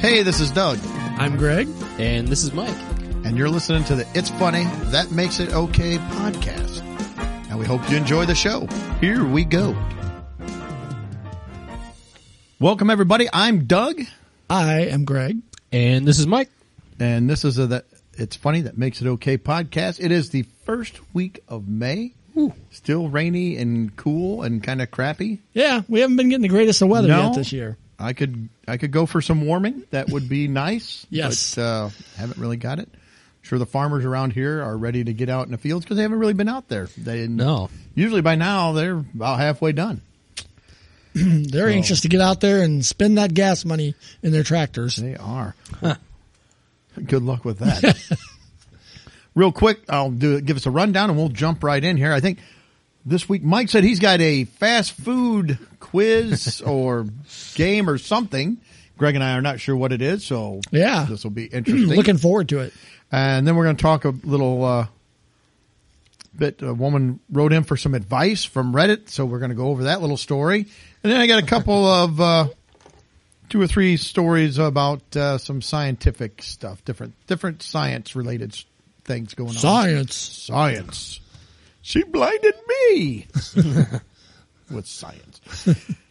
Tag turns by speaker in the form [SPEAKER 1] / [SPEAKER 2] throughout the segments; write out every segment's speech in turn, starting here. [SPEAKER 1] Hey, this is Doug,
[SPEAKER 2] I'm Greg.
[SPEAKER 3] And this is Mike.
[SPEAKER 1] and you're listening to the It's Funny, That Makes It Okay podcast. And we hope you enjoy the show. Here we go. Welcome, everybody. I'm Doug,
[SPEAKER 2] I am Greg.
[SPEAKER 3] And this is Mike.
[SPEAKER 1] and this is a, that It's Funny, That Makes It Okay podcast. It is the first week of May. Still rainy and cool and kind of crappy.
[SPEAKER 2] Yeah, we haven't been getting the greatest of weather yet this year.
[SPEAKER 1] I could I could go for some warming. That would be nice.
[SPEAKER 2] Yes.
[SPEAKER 1] but uh, haven't really got it. sure, the farmers around here are ready to get out in the fields because they haven't really been out there. They
[SPEAKER 3] No.
[SPEAKER 1] Usually by now they're about halfway done.
[SPEAKER 2] They're anxious to get out there and spend that gas money in their tractors.
[SPEAKER 1] They are. Good luck with that. Real quick, I'll do give us a rundown and we'll jump right in here. I think this week Mike said he's got a fast food quiz or game or something. Greg and I are not sure what it is, so
[SPEAKER 2] Yeah.
[SPEAKER 1] this will be interesting.
[SPEAKER 2] Looking forward to it.
[SPEAKER 1] And then we're going to talk a little uh, bit. A woman wrote in for some advice from Reddit, so we're going to go over that little story. And then I got a couple of uh, two or three stories about uh, some scientific stuff, different different science related things going
[SPEAKER 3] Oh.
[SPEAKER 1] on.
[SPEAKER 2] Science.
[SPEAKER 1] Science. She blinded me with science.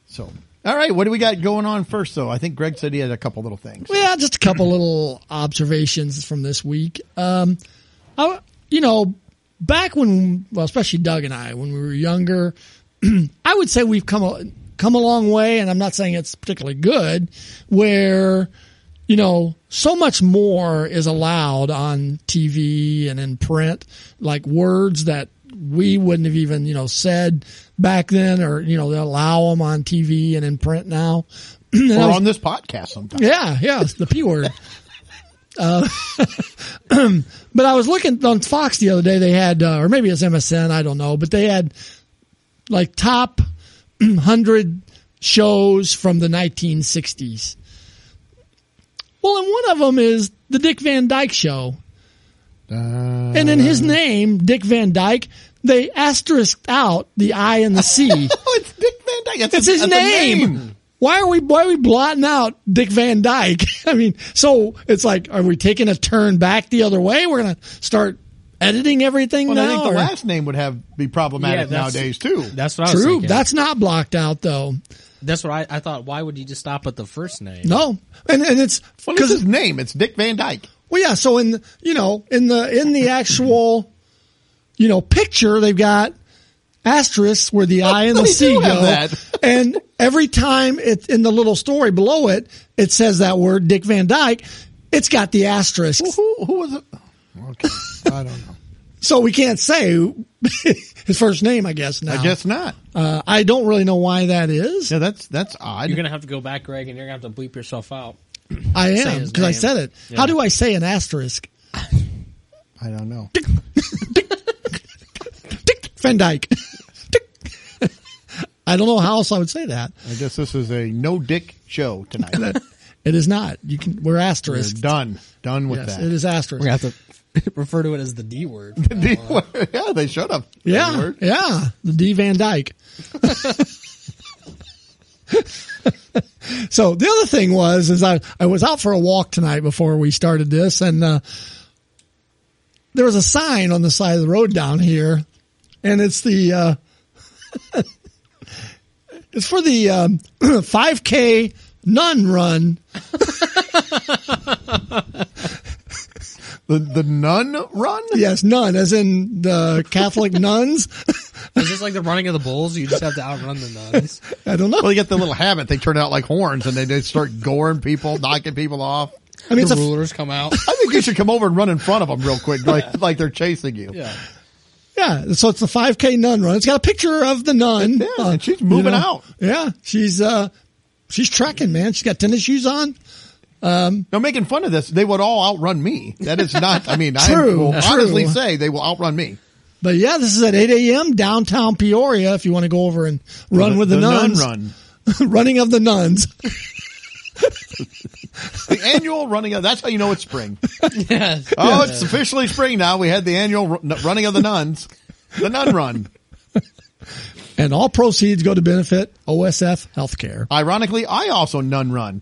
[SPEAKER 1] So, all right, what do we got going on first? Though I think Greg said he had a couple little things.
[SPEAKER 2] Well, yeah, just a couple little observations from this week. Um, I, you know, back when, well, especially Doug and I, when we were younger, I would say we've come a, come a long way, and I'm not saying it's particularly good, where you know so much more is allowed on TV and in print, like words that we wouldn't have even you know said back then, or you know they allow them on TV and in print now. And I
[SPEAKER 1] Or
[SPEAKER 2] was-
[SPEAKER 1] on this podcast sometimes.
[SPEAKER 2] yeah, yeah, it's the P word. Uh, but I was looking on Fox the other day. They had, uh, or maybe it's MSN. I don't know, but they had like top hundred shows from the 1960s. Well, and one of them is the Dick Van Dyke Show,
[SPEAKER 1] Uh,
[SPEAKER 2] and in his name, Dick Van Dyke, they asterisked out the I and the C.
[SPEAKER 1] Oh, it's Dick Van Dyke. That's
[SPEAKER 2] It's
[SPEAKER 1] a-
[SPEAKER 2] his
[SPEAKER 1] that's a
[SPEAKER 2] name. Why are we why are we blotting out Dick Van Dyke? I mean, so it's like, are we taking a turn back the other way? We're gonna start editing everything
[SPEAKER 1] Well,
[SPEAKER 2] now.
[SPEAKER 1] I think the
[SPEAKER 2] or-
[SPEAKER 1] last name would have be problematic
[SPEAKER 3] Yeah, that's-
[SPEAKER 1] nowadays too.
[SPEAKER 3] That's what I was
[SPEAKER 2] True,
[SPEAKER 3] thinking.
[SPEAKER 2] that's not blocked out though.
[SPEAKER 3] That's what I, I thought. Why would you just stop at the first name?
[SPEAKER 2] No, and and it's
[SPEAKER 1] well, it's
[SPEAKER 2] because
[SPEAKER 1] his name. It's Dick Van Dyke.
[SPEAKER 2] well, yeah. So in the- you know in the in the actual you know picture they've got asterisks where the I and the
[SPEAKER 1] Oh, They
[SPEAKER 2] C
[SPEAKER 1] do have
[SPEAKER 2] go,
[SPEAKER 1] that.
[SPEAKER 2] and every time it in the little story below it, it says that word Dick Van Dyke. It's got the asterisk.
[SPEAKER 1] Who who was it? Okay, I don't know.
[SPEAKER 2] So we can't say his first name, I guess. Now,
[SPEAKER 1] I guess not.
[SPEAKER 2] uh, I don't really know why that is.
[SPEAKER 1] Yeah, that's that's odd.
[SPEAKER 3] You're going to have to go back, Greg, and you're going to have to bleep yourself out.
[SPEAKER 2] I am
[SPEAKER 3] his
[SPEAKER 2] because I
[SPEAKER 3] name.
[SPEAKER 2] said it. How do I say an asterisk?
[SPEAKER 1] I don't know.
[SPEAKER 2] Dick Van Dyke. Dick. I don't know how else I would say that.
[SPEAKER 1] I guess this is a no dick show tonight.
[SPEAKER 2] It is not. You can. We're
[SPEAKER 1] We're
[SPEAKER 2] asterisk.
[SPEAKER 1] done. Done with
[SPEAKER 2] Yes,
[SPEAKER 1] that.
[SPEAKER 2] it is asterisk.
[SPEAKER 3] to have to refer to it as the D word.
[SPEAKER 1] The- yeah, they shut up.
[SPEAKER 2] Yeah, yeah. The D Van Dyke. so the other thing was is I I was out for a walk tonight before we started this, and uh, there was a sign on the side of the road down here, and it's the uh, it's for the um, 5K nun run.
[SPEAKER 1] The the nun run.
[SPEAKER 2] Yes, nun, as in the Catholic nuns.
[SPEAKER 3] Is this like the running of the bulls? You just have to outrun the nuns.
[SPEAKER 2] I don't know.
[SPEAKER 1] Well, they get the little habit. They turn out like horns, and they, they start goring people, knocking people off.
[SPEAKER 2] I mean, it's
[SPEAKER 3] the
[SPEAKER 2] a
[SPEAKER 3] rulers come out.
[SPEAKER 1] I think you should come over and run in front of them real quick, like like they're chasing you.
[SPEAKER 3] Yeah.
[SPEAKER 2] Yeah, so it's the 5K nun run. It's got a picture of the nun. Uh,
[SPEAKER 1] Yeah, and she's moving out.
[SPEAKER 2] Yeah, she's uh, she's trekking, man. She's got tennis shoes on.
[SPEAKER 1] Now, making fun of this, they would all outrun me. That is not, I mean, I
[SPEAKER 2] True,
[SPEAKER 1] will
[SPEAKER 2] true.
[SPEAKER 1] honestly say they will outrun me.
[SPEAKER 2] But yeah, this is at 8 a.m. downtown Peoria. If you want to go over and run with the,
[SPEAKER 1] nun
[SPEAKER 2] nuns,
[SPEAKER 1] run.
[SPEAKER 2] running of the nuns.
[SPEAKER 1] The annual running of, that's how you know it's spring.
[SPEAKER 3] Yeah.
[SPEAKER 1] Oh, it's officially spring now. We had the annual ru- running of the nuns, the nun run.
[SPEAKER 2] And all proceeds go to benefit OSF Healthcare.
[SPEAKER 1] Ironically, I also none run.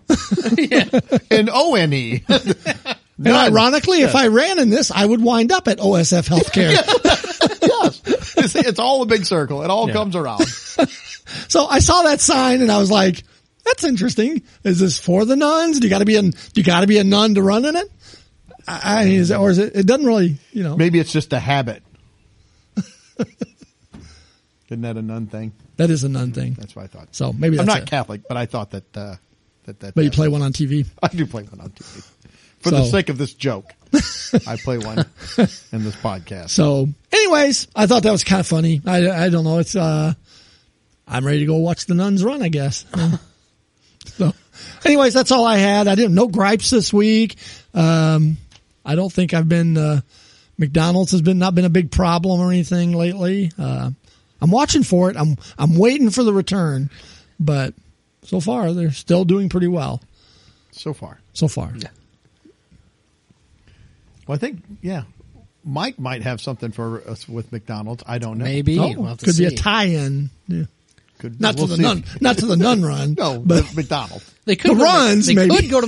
[SPEAKER 1] And O N E.
[SPEAKER 2] And ironically, if I ran in this, I would wind up at OSF Healthcare.
[SPEAKER 1] Yes. It's, it's all a big circle. It all comes around.
[SPEAKER 2] So I saw that sign and I was like, that's interesting. Is this for the nuns? Do you gotta be a, do you gotta be a nun to run in it? I, I mean, is it, or is it, it doesn't really, you know,
[SPEAKER 1] Maybe it's just a habit. Isn't that a nun thing?
[SPEAKER 2] that is a nun thing.
[SPEAKER 1] That's what I thought.
[SPEAKER 2] So maybe
[SPEAKER 1] I'm
[SPEAKER 2] that's
[SPEAKER 1] not
[SPEAKER 2] it.
[SPEAKER 1] Catholic, but I thought that uh, that that.
[SPEAKER 2] But you play one on TV.
[SPEAKER 1] I do play one on TV for the
[SPEAKER 2] So-
[SPEAKER 1] sake of this joke. I play one in this podcast.
[SPEAKER 2] So anyways, I thought that was kind of funny. I, I don't know. It's, uh, I'm ready to go watch the nuns run, I guess. so anyways, that's all I had. I didn't, no gripes this week. Um, I don't think I've been, uh, McDonald's has been, not been a big problem or anything lately. Uh, I'm watching for it. I'm, I'm waiting for the return, but so far they're still doing pretty well
[SPEAKER 1] So far,
[SPEAKER 2] so far.
[SPEAKER 1] well, I think yeah, Mike might have something for us with McDonald's. I don't know.
[SPEAKER 3] Maybe
[SPEAKER 2] Oh,
[SPEAKER 3] we'll have to
[SPEAKER 2] could
[SPEAKER 3] see.
[SPEAKER 2] be a tie-in. Yeah.
[SPEAKER 1] Could,
[SPEAKER 2] Not
[SPEAKER 1] we'll
[SPEAKER 2] to the
[SPEAKER 1] see if-
[SPEAKER 2] nun, not to the nun run.
[SPEAKER 1] No,
[SPEAKER 2] but
[SPEAKER 1] the McDonald's.
[SPEAKER 3] They could
[SPEAKER 2] The
[SPEAKER 3] go to-
[SPEAKER 2] runs,
[SPEAKER 3] They
[SPEAKER 2] maybe.
[SPEAKER 3] could go to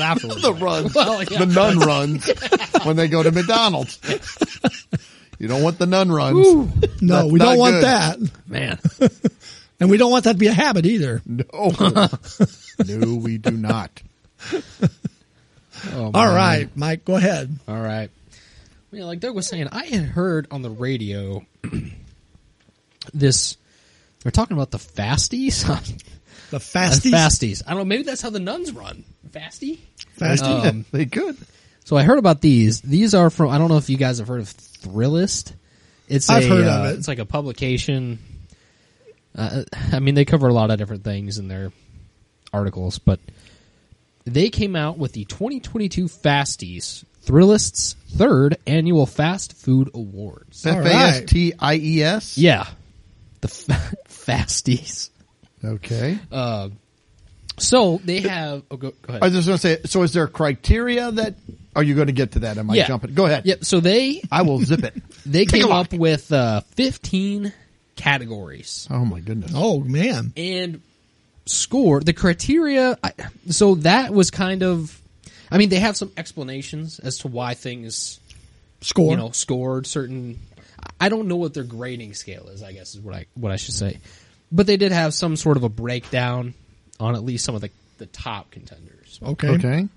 [SPEAKER 3] afterwards.
[SPEAKER 1] The runs.
[SPEAKER 3] Well, yeah.
[SPEAKER 1] The nun runs when they go to McDonald's. You don't want the nun runs.
[SPEAKER 2] No,
[SPEAKER 1] That's
[SPEAKER 2] we don't
[SPEAKER 1] not
[SPEAKER 2] want
[SPEAKER 1] good.
[SPEAKER 2] that.
[SPEAKER 3] man.
[SPEAKER 2] And we don't want that to be a habit either.
[SPEAKER 1] No. no, we do not.
[SPEAKER 2] All right, Mike, go ahead.
[SPEAKER 3] Oh, All right. Yeah, like Doug was saying, I had heard on the radio this. They're talking about the fasties.
[SPEAKER 2] The
[SPEAKER 3] Uh,
[SPEAKER 2] fasties.
[SPEAKER 3] fasties. I don't know. Maybe that's how the nuns run. Fasty.
[SPEAKER 2] Fasty?
[SPEAKER 3] Um,
[SPEAKER 1] they could.
[SPEAKER 3] So I heard about these. These are from. I don't know if you guys have heard of Thrillist. It's
[SPEAKER 2] I've
[SPEAKER 3] a,
[SPEAKER 2] heard
[SPEAKER 3] uh,
[SPEAKER 2] of it.
[SPEAKER 3] It's like a publication. Uh, I mean, they cover a lot of different things in their articles, but they came out with the 2022 Fasties Thrillist's third annual fast food awards.
[SPEAKER 2] All
[SPEAKER 1] F
[SPEAKER 2] right.
[SPEAKER 1] A S T I E S.
[SPEAKER 3] Yeah, the fa- Fasties.
[SPEAKER 1] Okay.
[SPEAKER 3] Uh, so they have. Oh, go, go ahead.
[SPEAKER 1] I was just going to say. So, is there criteria that? Are you going to get to that? Am I
[SPEAKER 3] Yeah.
[SPEAKER 1] jumping? Go ahead.
[SPEAKER 3] Yep. So they
[SPEAKER 1] I will zip it.
[SPEAKER 3] they
[SPEAKER 1] Take a
[SPEAKER 3] came
[SPEAKER 1] look.
[SPEAKER 3] up with uh, 15 categories.
[SPEAKER 1] Oh my goodness.
[SPEAKER 2] oh, man.
[SPEAKER 3] and score the criteria I, so that was kind of i mean they have some explanations as to why things
[SPEAKER 2] Score.
[SPEAKER 3] you know scored certain i don't know what their grading scale is i guess is what i what i should say but they did have some sort of a breakdown on at least some of the the top contenders
[SPEAKER 2] okay.
[SPEAKER 1] Okay.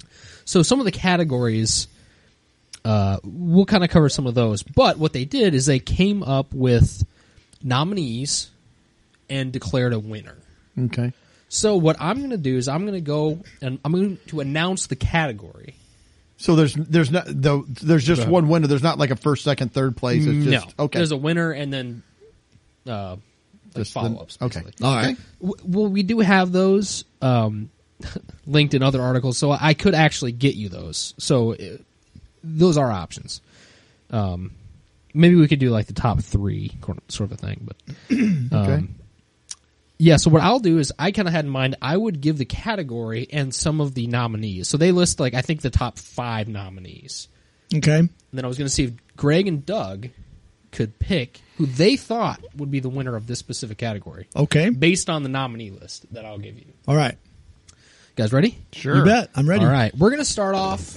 [SPEAKER 3] so some of the categories uh, we'll kind of cover some of those but what they did is they came up with nominees and declared a winner
[SPEAKER 1] Okay.
[SPEAKER 3] so what I'm going to do is I'm going to go and I'm going to announce the category.
[SPEAKER 1] So there's there's not though there's just one window. There's not like a first, second, third place. It's just
[SPEAKER 3] no,
[SPEAKER 1] okay.
[SPEAKER 3] There's a winner and then uh, like
[SPEAKER 1] Just the-
[SPEAKER 3] follow-ups.
[SPEAKER 1] okay.
[SPEAKER 3] basically.
[SPEAKER 2] All right.
[SPEAKER 3] W- Well, we do have those um, linked in other articles, so I could actually get you those. So uh those are options. Um, maybe we could do like the top three sort of thing, but um,
[SPEAKER 1] okay.
[SPEAKER 3] Yeah, so what I'll do is I kind of had in mind I would give the category and some of the nominees. So they list like I think the top 5 nominees.
[SPEAKER 2] Okay.
[SPEAKER 3] And then I was going to see if Greg and Doug could pick who they thought would be the winner of this specific category
[SPEAKER 2] Okay.
[SPEAKER 3] based on the nominee list that I'll give you. you
[SPEAKER 2] All right.
[SPEAKER 3] guys ready?
[SPEAKER 1] sure.
[SPEAKER 2] You bet. I'm ready.
[SPEAKER 3] All right. We're going to start off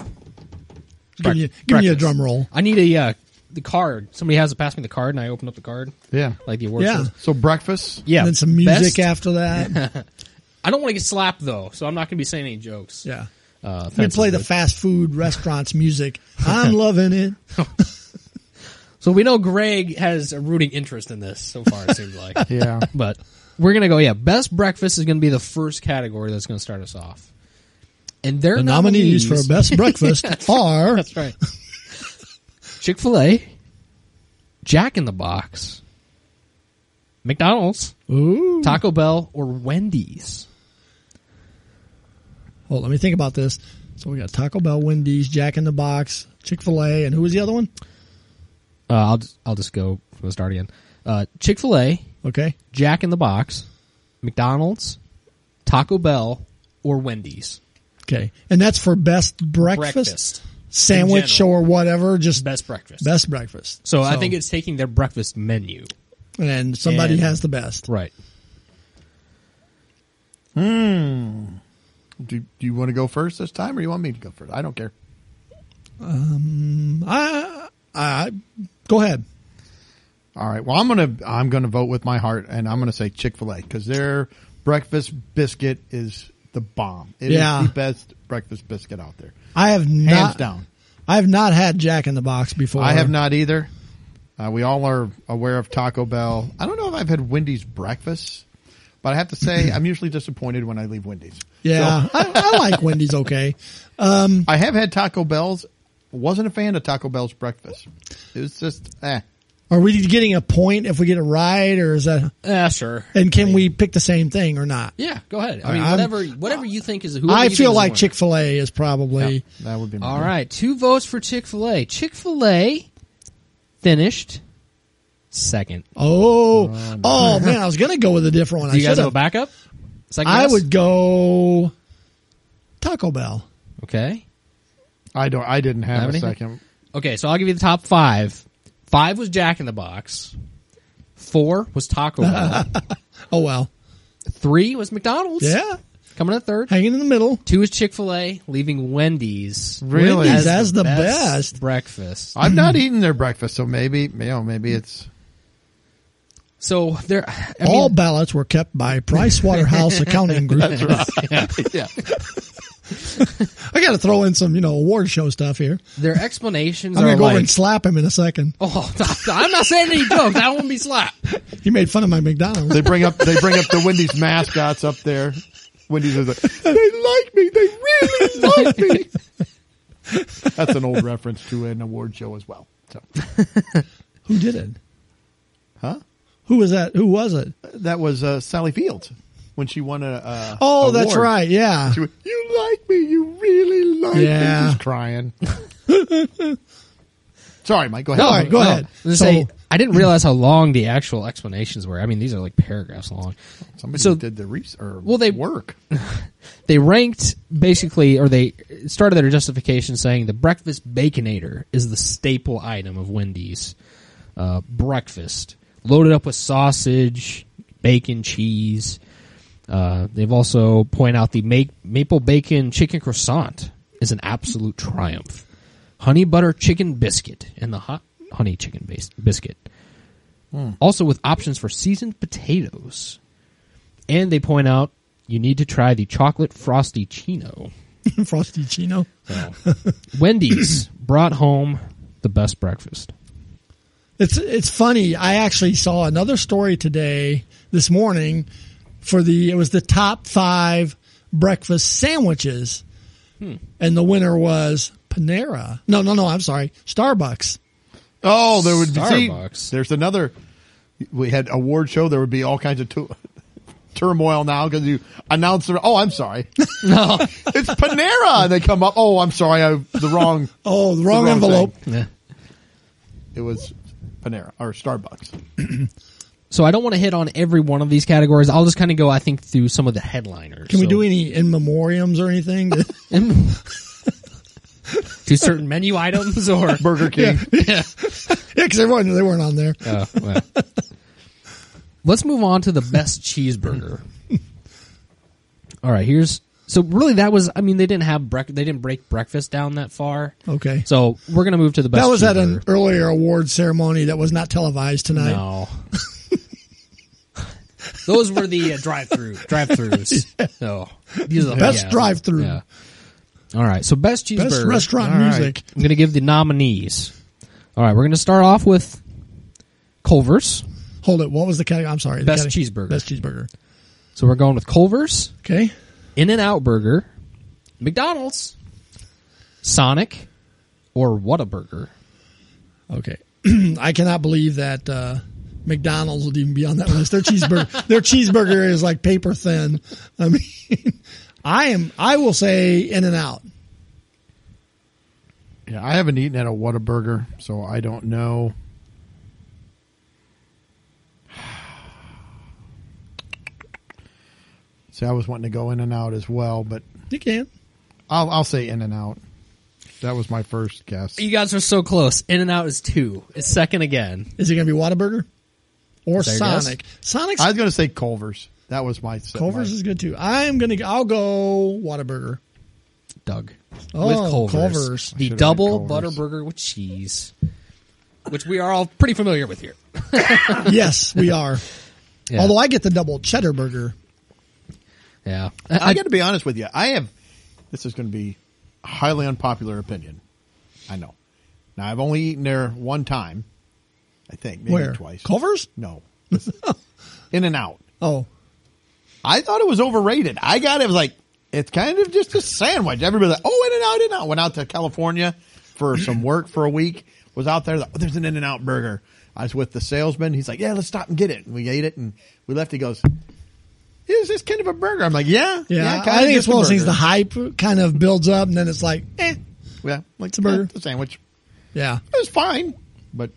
[SPEAKER 2] Give, me,
[SPEAKER 3] Breakfast.
[SPEAKER 2] give me a drum roll.
[SPEAKER 3] I need a uh, the card. Somebody has to pass me the card and I open up the card
[SPEAKER 1] Yeah.
[SPEAKER 3] like the awards.
[SPEAKER 2] Yeah.
[SPEAKER 3] list.
[SPEAKER 1] So breakfast.
[SPEAKER 3] Yeah.
[SPEAKER 2] And then some music
[SPEAKER 3] Best-
[SPEAKER 2] after that.
[SPEAKER 3] I don't want to get slapped though, so I'm not going to be saying any jokes.
[SPEAKER 2] yeah.
[SPEAKER 3] Uh,
[SPEAKER 2] We play the
[SPEAKER 3] offensive.
[SPEAKER 2] fast food restaurants music. I'm loving it.
[SPEAKER 3] So we know Greg has a rooting interest in this so far, it seems like.
[SPEAKER 1] Yeah.
[SPEAKER 3] But we're going to go, yeah, best breakfast is going to be the first category that's going to start us off. And their
[SPEAKER 2] The nominees for best breakfast are
[SPEAKER 3] That's right. Chick fil A, Jack in the Box, McDonald's,
[SPEAKER 2] Hmm. Ooh.
[SPEAKER 3] Taco Bell, or Wendy's.
[SPEAKER 2] Hold, oh, let me think about this. So we got Taco Bell, Wendy's, Jack in the Box, Chick Fil A, and who was the other one?
[SPEAKER 3] Uh, I'll, just, I'll just go from the start again. Uh, Chick fil A,
[SPEAKER 2] Okay,
[SPEAKER 3] Jack in the Box, McDonald's, Taco Bell, or Wendy's.
[SPEAKER 2] okay, and that's for best breakfast,
[SPEAKER 3] Breakfast. In
[SPEAKER 2] sandwich
[SPEAKER 3] general.
[SPEAKER 2] or whatever. Just
[SPEAKER 3] best breakfast.
[SPEAKER 2] best breakfast.
[SPEAKER 3] So, I think it's taking their breakfast menu.
[SPEAKER 2] and somebody
[SPEAKER 1] And-
[SPEAKER 2] has the best.
[SPEAKER 3] Right.
[SPEAKER 1] Do, do you want to go first this time, or you want me to go first? I don't care.
[SPEAKER 2] I, I, go ahead.
[SPEAKER 1] All right. Well, I'm gonna I'm gonna vote with my heart, and I'm gonna say Chick Fil A because their breakfast biscuit is the bomb. It is
[SPEAKER 2] Yeah.
[SPEAKER 1] the best breakfast biscuit out there,
[SPEAKER 2] I have not,
[SPEAKER 1] hands down.
[SPEAKER 2] I have not had Jack in the Box before.
[SPEAKER 1] I have not either. Uh, we all are aware of Taco Bell. I don't know if I've had Wendy's breakfast, but I have to say I'm usually disappointed when I leave Wendy's.
[SPEAKER 2] Yeah, I, I like Wendy's. Okay,
[SPEAKER 1] I have had Taco Bell's. Wasn't a fan of Taco Bell's breakfast. It was just eh.
[SPEAKER 2] are we getting a point if we get it right, or is that?
[SPEAKER 3] Yeah, Uh, sure.
[SPEAKER 2] And can we pick the same thing or not?
[SPEAKER 3] Yeah, go ahead. I mean,
[SPEAKER 2] I'm-
[SPEAKER 3] whatever whatever you think is.
[SPEAKER 2] I feel like Chick Fil A is probably
[SPEAKER 1] That would be my
[SPEAKER 3] All right, two votes for Chick Fil A. Chick Fil A finished second.
[SPEAKER 2] oh oh, man, I was gonna go with a different one.
[SPEAKER 3] Do
[SPEAKER 2] I
[SPEAKER 3] Um, you guys
[SPEAKER 2] should
[SPEAKER 3] have a
[SPEAKER 2] have.
[SPEAKER 3] backup? Second
[SPEAKER 2] I
[SPEAKER 3] guess?
[SPEAKER 2] would go Taco Bell.
[SPEAKER 3] Okay.
[SPEAKER 1] I don't. I didn't have,
[SPEAKER 3] Have
[SPEAKER 1] a
[SPEAKER 3] anything?
[SPEAKER 1] second.
[SPEAKER 3] Okay, so I'll give you the top five. Five was Jack in the Box. Four was Taco Bell.
[SPEAKER 2] Oh well,
[SPEAKER 3] Three was McDonald's.
[SPEAKER 2] yeah,
[SPEAKER 3] Coming in third.
[SPEAKER 2] hanging in the middle.
[SPEAKER 3] Two is Chick Fil A, leaving Wendy's.
[SPEAKER 1] Really?
[SPEAKER 2] Wendy's as the best.
[SPEAKER 3] breakfast.
[SPEAKER 1] I've not eaten their breakfast, so maybe you know, maybe it's
[SPEAKER 3] So there, I
[SPEAKER 2] All
[SPEAKER 3] mean,
[SPEAKER 2] ballots were kept by Price Waterhouse Accounting Group.
[SPEAKER 1] yeah.
[SPEAKER 2] I got to throw in some, you know, award show stuff here.
[SPEAKER 3] their explanations
[SPEAKER 2] I'm
[SPEAKER 3] are
[SPEAKER 2] gonna go
[SPEAKER 3] like,
[SPEAKER 2] over and slap him in a second.
[SPEAKER 3] oh, I'm not saying any jokes. I won't be slapped.
[SPEAKER 2] He made fun of my McDonald's.
[SPEAKER 1] They bring up they bring up the Wendy's mascots up there. Wendy's is like they like me. They really like me. That's an old reference to an award show as well. So,
[SPEAKER 2] Who did it?
[SPEAKER 1] huh?
[SPEAKER 2] Who was that? Who was it?
[SPEAKER 1] That was uh, Sally Fields when she won a. Uh,
[SPEAKER 2] Oh, that's
[SPEAKER 1] award.
[SPEAKER 2] right. Yeah.
[SPEAKER 1] She went, you like me. You really like me.
[SPEAKER 2] Yeah.
[SPEAKER 1] She's crying. Sorry, Mike. Go ahead.
[SPEAKER 2] All right, go
[SPEAKER 3] No,
[SPEAKER 2] ahead.
[SPEAKER 3] I was
[SPEAKER 2] So-
[SPEAKER 3] gonna say, I didn't realize how long the actual explanations were. I mean, these are like paragraphs long.
[SPEAKER 1] Somebody
[SPEAKER 3] So-
[SPEAKER 1] did the research. Or
[SPEAKER 3] Well, they-
[SPEAKER 1] work.
[SPEAKER 3] They ranked basically, or they started their justification saying the breakfast baconator is the staple item of Wendy's uh, breakfast, loaded up with sausage, bacon, cheese. Uh, they've also point out the make, maple bacon chicken croissant is an absolute triumph. Honey butter chicken biscuit and the hot honey chicken bas- biscuit. Also with options for seasoned potatoes. And they point out you need to try the chocolate frosty chino.
[SPEAKER 2] Frosty Chino.
[SPEAKER 3] Wendy's brought home the best breakfast.
[SPEAKER 2] It's it's funny. I actually saw another story today this morning for the it was the top five breakfast sandwiches,
[SPEAKER 3] Hmm.
[SPEAKER 2] and the winner was Panera. No, no, no. I'm sorry, Starbucks.
[SPEAKER 1] Oh, there would be
[SPEAKER 3] Starbucks.
[SPEAKER 1] see, there's another. We had award show. There would be all kinds of tu- turmoil now because you announce. the- Oh, I'm sorry. no, it's Panera. And they come up. Oh, I'm sorry. I the wrong.
[SPEAKER 2] Oh, the wrong, envelope.
[SPEAKER 1] thing.
[SPEAKER 3] Yeah.
[SPEAKER 1] It was Panera or Starbucks.
[SPEAKER 3] So I don't want to hit on every one of these categories. I'll just kind of go, I think, through some of the headliners.
[SPEAKER 2] Can we
[SPEAKER 3] So-
[SPEAKER 2] do any in memoriams or anything?
[SPEAKER 3] to certain menu items or
[SPEAKER 1] Burger King.
[SPEAKER 2] Yeah, because they weren't, they weren't on there.
[SPEAKER 3] Oh, well. let's move on to the best cheeseburger all right here's so really that was i mean they didn't have break they didn't break breakfast down that far
[SPEAKER 2] Okay.
[SPEAKER 3] so we're gonna move to the best
[SPEAKER 2] that was at an
[SPEAKER 3] cheeseburger.
[SPEAKER 2] earlier award ceremony that was not televised tonight.
[SPEAKER 3] no those were the uh, drive-through drive-throughs no these are the
[SPEAKER 2] Best
[SPEAKER 3] yeah.
[SPEAKER 2] drive-through.
[SPEAKER 3] Yeah. all right so best cheeseburger
[SPEAKER 2] Best restaurant
[SPEAKER 1] All right.
[SPEAKER 2] music.
[SPEAKER 3] I'm going to give the nominees. All right, we're going to start off with Culver's.
[SPEAKER 2] Hold it. What was the category? I'm sorry. the
[SPEAKER 3] Best
[SPEAKER 2] category-
[SPEAKER 3] cheeseburger.
[SPEAKER 2] Best cheeseburger.
[SPEAKER 3] So we're going with Culver's,
[SPEAKER 2] Okay.
[SPEAKER 3] In and Out Burger, McDonald's, Sonic, or Whataburger.
[SPEAKER 2] Okay. I cannot believe that uh, McDonald's would even be on that list. Their cheeseburger, their cheeseburger is like paper thin. I mean, I am. I will say In and Out.
[SPEAKER 1] Yeah, I haven't eaten at a Whataburger, so I don't know. See, I was wanting to go in and out as well, but
[SPEAKER 2] You can.
[SPEAKER 1] I'll, I'll say in and out. That was my first guess.
[SPEAKER 3] You guys are so close. In and Out is two. It's second again.
[SPEAKER 2] Is it going to be Whataburger? or
[SPEAKER 3] Is that your guess?
[SPEAKER 2] Sonic. Sonic's
[SPEAKER 1] I was going to say Culver's. That was my
[SPEAKER 2] Culver's
[SPEAKER 1] my-
[SPEAKER 2] is good too. I am gonna. I'll go Whataburger.
[SPEAKER 3] Doug.
[SPEAKER 2] Oh,
[SPEAKER 3] with Culver's.
[SPEAKER 2] Culver's.
[SPEAKER 1] I
[SPEAKER 3] The
[SPEAKER 1] should've
[SPEAKER 3] double
[SPEAKER 1] had Culver's.
[SPEAKER 3] butterburger with cheese, which we are all pretty familiar with here.
[SPEAKER 2] yes, we are.
[SPEAKER 3] Yeah.
[SPEAKER 2] Although I get the double cheddar burger.
[SPEAKER 3] yeah.
[SPEAKER 1] I got to be honest with you. I have. This is going to be a highly unpopular opinion. I know. Now I've only eaten there one time. I think maybe
[SPEAKER 2] Where?
[SPEAKER 1] twice.
[SPEAKER 2] Culver's?
[SPEAKER 1] No. In and out.
[SPEAKER 2] Oh,
[SPEAKER 1] I thought it was overrated. I got it. it was like it's kind of just a sandwich. Everybody's like, oh, In and Out, In and Out. Went out to California for some work for a week. Was out there. Like, oh, there's an In and Out burger. I was with the salesman. He's like, yeah, let's stop and get it. And we ate it and we left. He goes, is this kind of a burger? I'm like, yeah,
[SPEAKER 2] yeah.
[SPEAKER 1] kinda
[SPEAKER 2] I think it's
[SPEAKER 1] just a
[SPEAKER 2] one of those things.
[SPEAKER 1] burger."
[SPEAKER 2] The hype kind of builds up, and then it's like, eh,
[SPEAKER 1] Yeah, like
[SPEAKER 2] It's a burger.
[SPEAKER 1] yeah, it's a sandwich.
[SPEAKER 2] yeah.
[SPEAKER 1] It was fine, but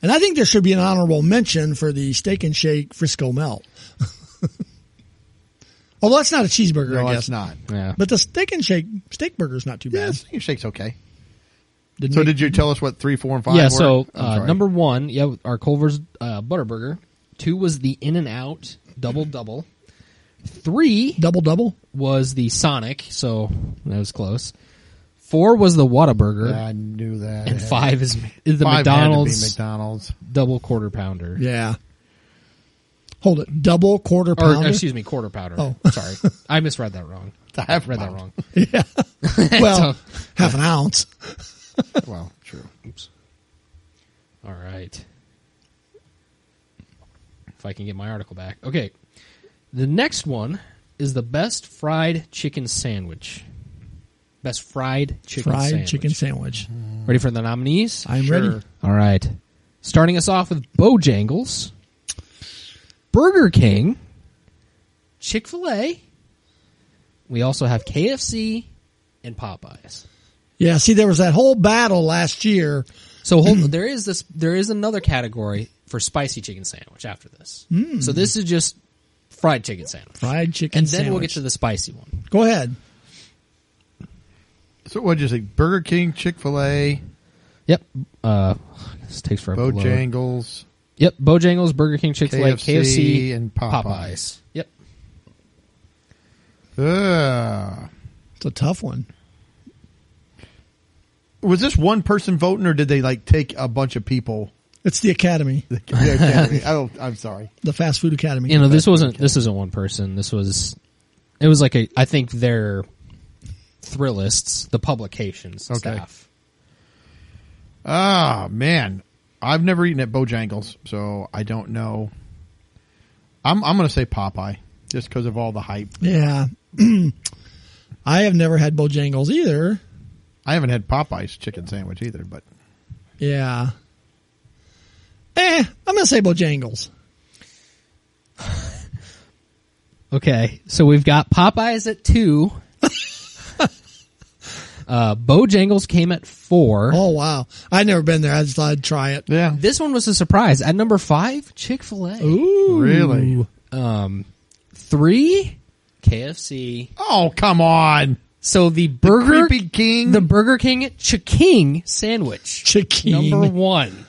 [SPEAKER 2] And I think there should be an honorable mention for the Steak and Shake Frisco Melt. Although that's not a cheeseburger,
[SPEAKER 1] no,
[SPEAKER 2] I
[SPEAKER 1] it's
[SPEAKER 2] guess.
[SPEAKER 1] not.
[SPEAKER 3] yeah.
[SPEAKER 2] But the Steak and Shake steak burger's not too
[SPEAKER 1] Yeah,
[SPEAKER 2] bad.
[SPEAKER 1] steak and shake's okay.
[SPEAKER 2] Didn't
[SPEAKER 1] So
[SPEAKER 2] make-
[SPEAKER 1] did you tell us what three, four, and five?
[SPEAKER 3] yeah,
[SPEAKER 1] were?
[SPEAKER 3] so
[SPEAKER 1] I'm
[SPEAKER 3] uh,
[SPEAKER 1] sorry.
[SPEAKER 3] number one, yeah, our Culver's uh, Butterburger. Two was the In and Out Double Double. Three
[SPEAKER 2] double double?
[SPEAKER 3] was the Sonic, so that was close. Four was the Whataburger,
[SPEAKER 1] Yeah, I knew that.
[SPEAKER 3] and five is, is the
[SPEAKER 1] Five had to be
[SPEAKER 3] McDonald's
[SPEAKER 1] McDonald's.
[SPEAKER 3] double quarter pounder.
[SPEAKER 2] Yeah. Hold it. Double quarter
[SPEAKER 3] Or
[SPEAKER 2] pounder.
[SPEAKER 3] excuse me, quarter pounder.
[SPEAKER 2] Oh.
[SPEAKER 3] Sorry, I misread that wrong.
[SPEAKER 1] The
[SPEAKER 3] I
[SPEAKER 1] half
[SPEAKER 3] read that
[SPEAKER 1] pounder.
[SPEAKER 3] wrong.
[SPEAKER 2] yeah. well,
[SPEAKER 3] So-
[SPEAKER 2] half an ounce.
[SPEAKER 1] well, true.
[SPEAKER 3] Oops. All right. If I can get my article back. Okay. The next one is the best fried chicken sandwich. Best fried chicken
[SPEAKER 2] Fried
[SPEAKER 3] sandwich. Mm-hmm.
[SPEAKER 2] chicken sandwich.
[SPEAKER 3] Ready for the nominees?
[SPEAKER 2] I'm
[SPEAKER 1] Sure.
[SPEAKER 2] ready.
[SPEAKER 3] All right. Starting us off with Bojangles, Burger King, Chick fil A. We also have KFC and Popeyes.
[SPEAKER 2] Yeah, see, there was that whole battle last year.
[SPEAKER 3] So hold, there is this. There is another category for spicy chicken sandwich after this. So this is just Hmm. fried chicken sandwich,
[SPEAKER 2] Fried chicken
[SPEAKER 3] and then we'll get
[SPEAKER 2] sandwich.
[SPEAKER 3] to the spicy one.
[SPEAKER 2] Go ahead.
[SPEAKER 1] So what did you say? Burger King, Chick Fil A,
[SPEAKER 3] Yep. Uh, this takes forever. to load.
[SPEAKER 1] Bojangles.
[SPEAKER 3] Yep. Bojangles, Burger King, Chick Fil A, KFC,
[SPEAKER 1] KFC, and Popeyes.
[SPEAKER 3] Yep.
[SPEAKER 1] Ugh.
[SPEAKER 2] It's a tough one.
[SPEAKER 1] Was this one person voting, or did they like take a bunch of people?
[SPEAKER 2] It's the Academy,
[SPEAKER 1] The academy. I don't, I'm sorry.
[SPEAKER 2] the fast food academy.
[SPEAKER 3] You know, this wasn't. This isn't one person. This was. It was like a. I think they're thrillists, the publications
[SPEAKER 1] Okay.
[SPEAKER 3] staff.
[SPEAKER 1] Ah man, I've never eaten at Bojangles, so I don't know. I'm I'm gonna say Popeye just because of all the hype.
[SPEAKER 2] yeah. I have never had Bojangles either.
[SPEAKER 1] I haven't had Popeye's chicken sandwich either, but
[SPEAKER 2] Yeah. Eh, I'm going to say Bojangles.
[SPEAKER 3] Okay, so we've got Popeyes at two. uh, Bojangles came at four.
[SPEAKER 2] Oh, wow. I'd never been there. I just thought I'd try it.
[SPEAKER 1] yeah,
[SPEAKER 3] This one was a surprise. At number five, Chick Fil A.
[SPEAKER 2] Ooh.
[SPEAKER 1] really.
[SPEAKER 3] Um, three, KFC.
[SPEAKER 1] Oh come on,
[SPEAKER 3] So the Burger
[SPEAKER 1] Creepy King.
[SPEAKER 3] the Burger King Chiking sandwich,
[SPEAKER 2] Chiking.
[SPEAKER 3] number one.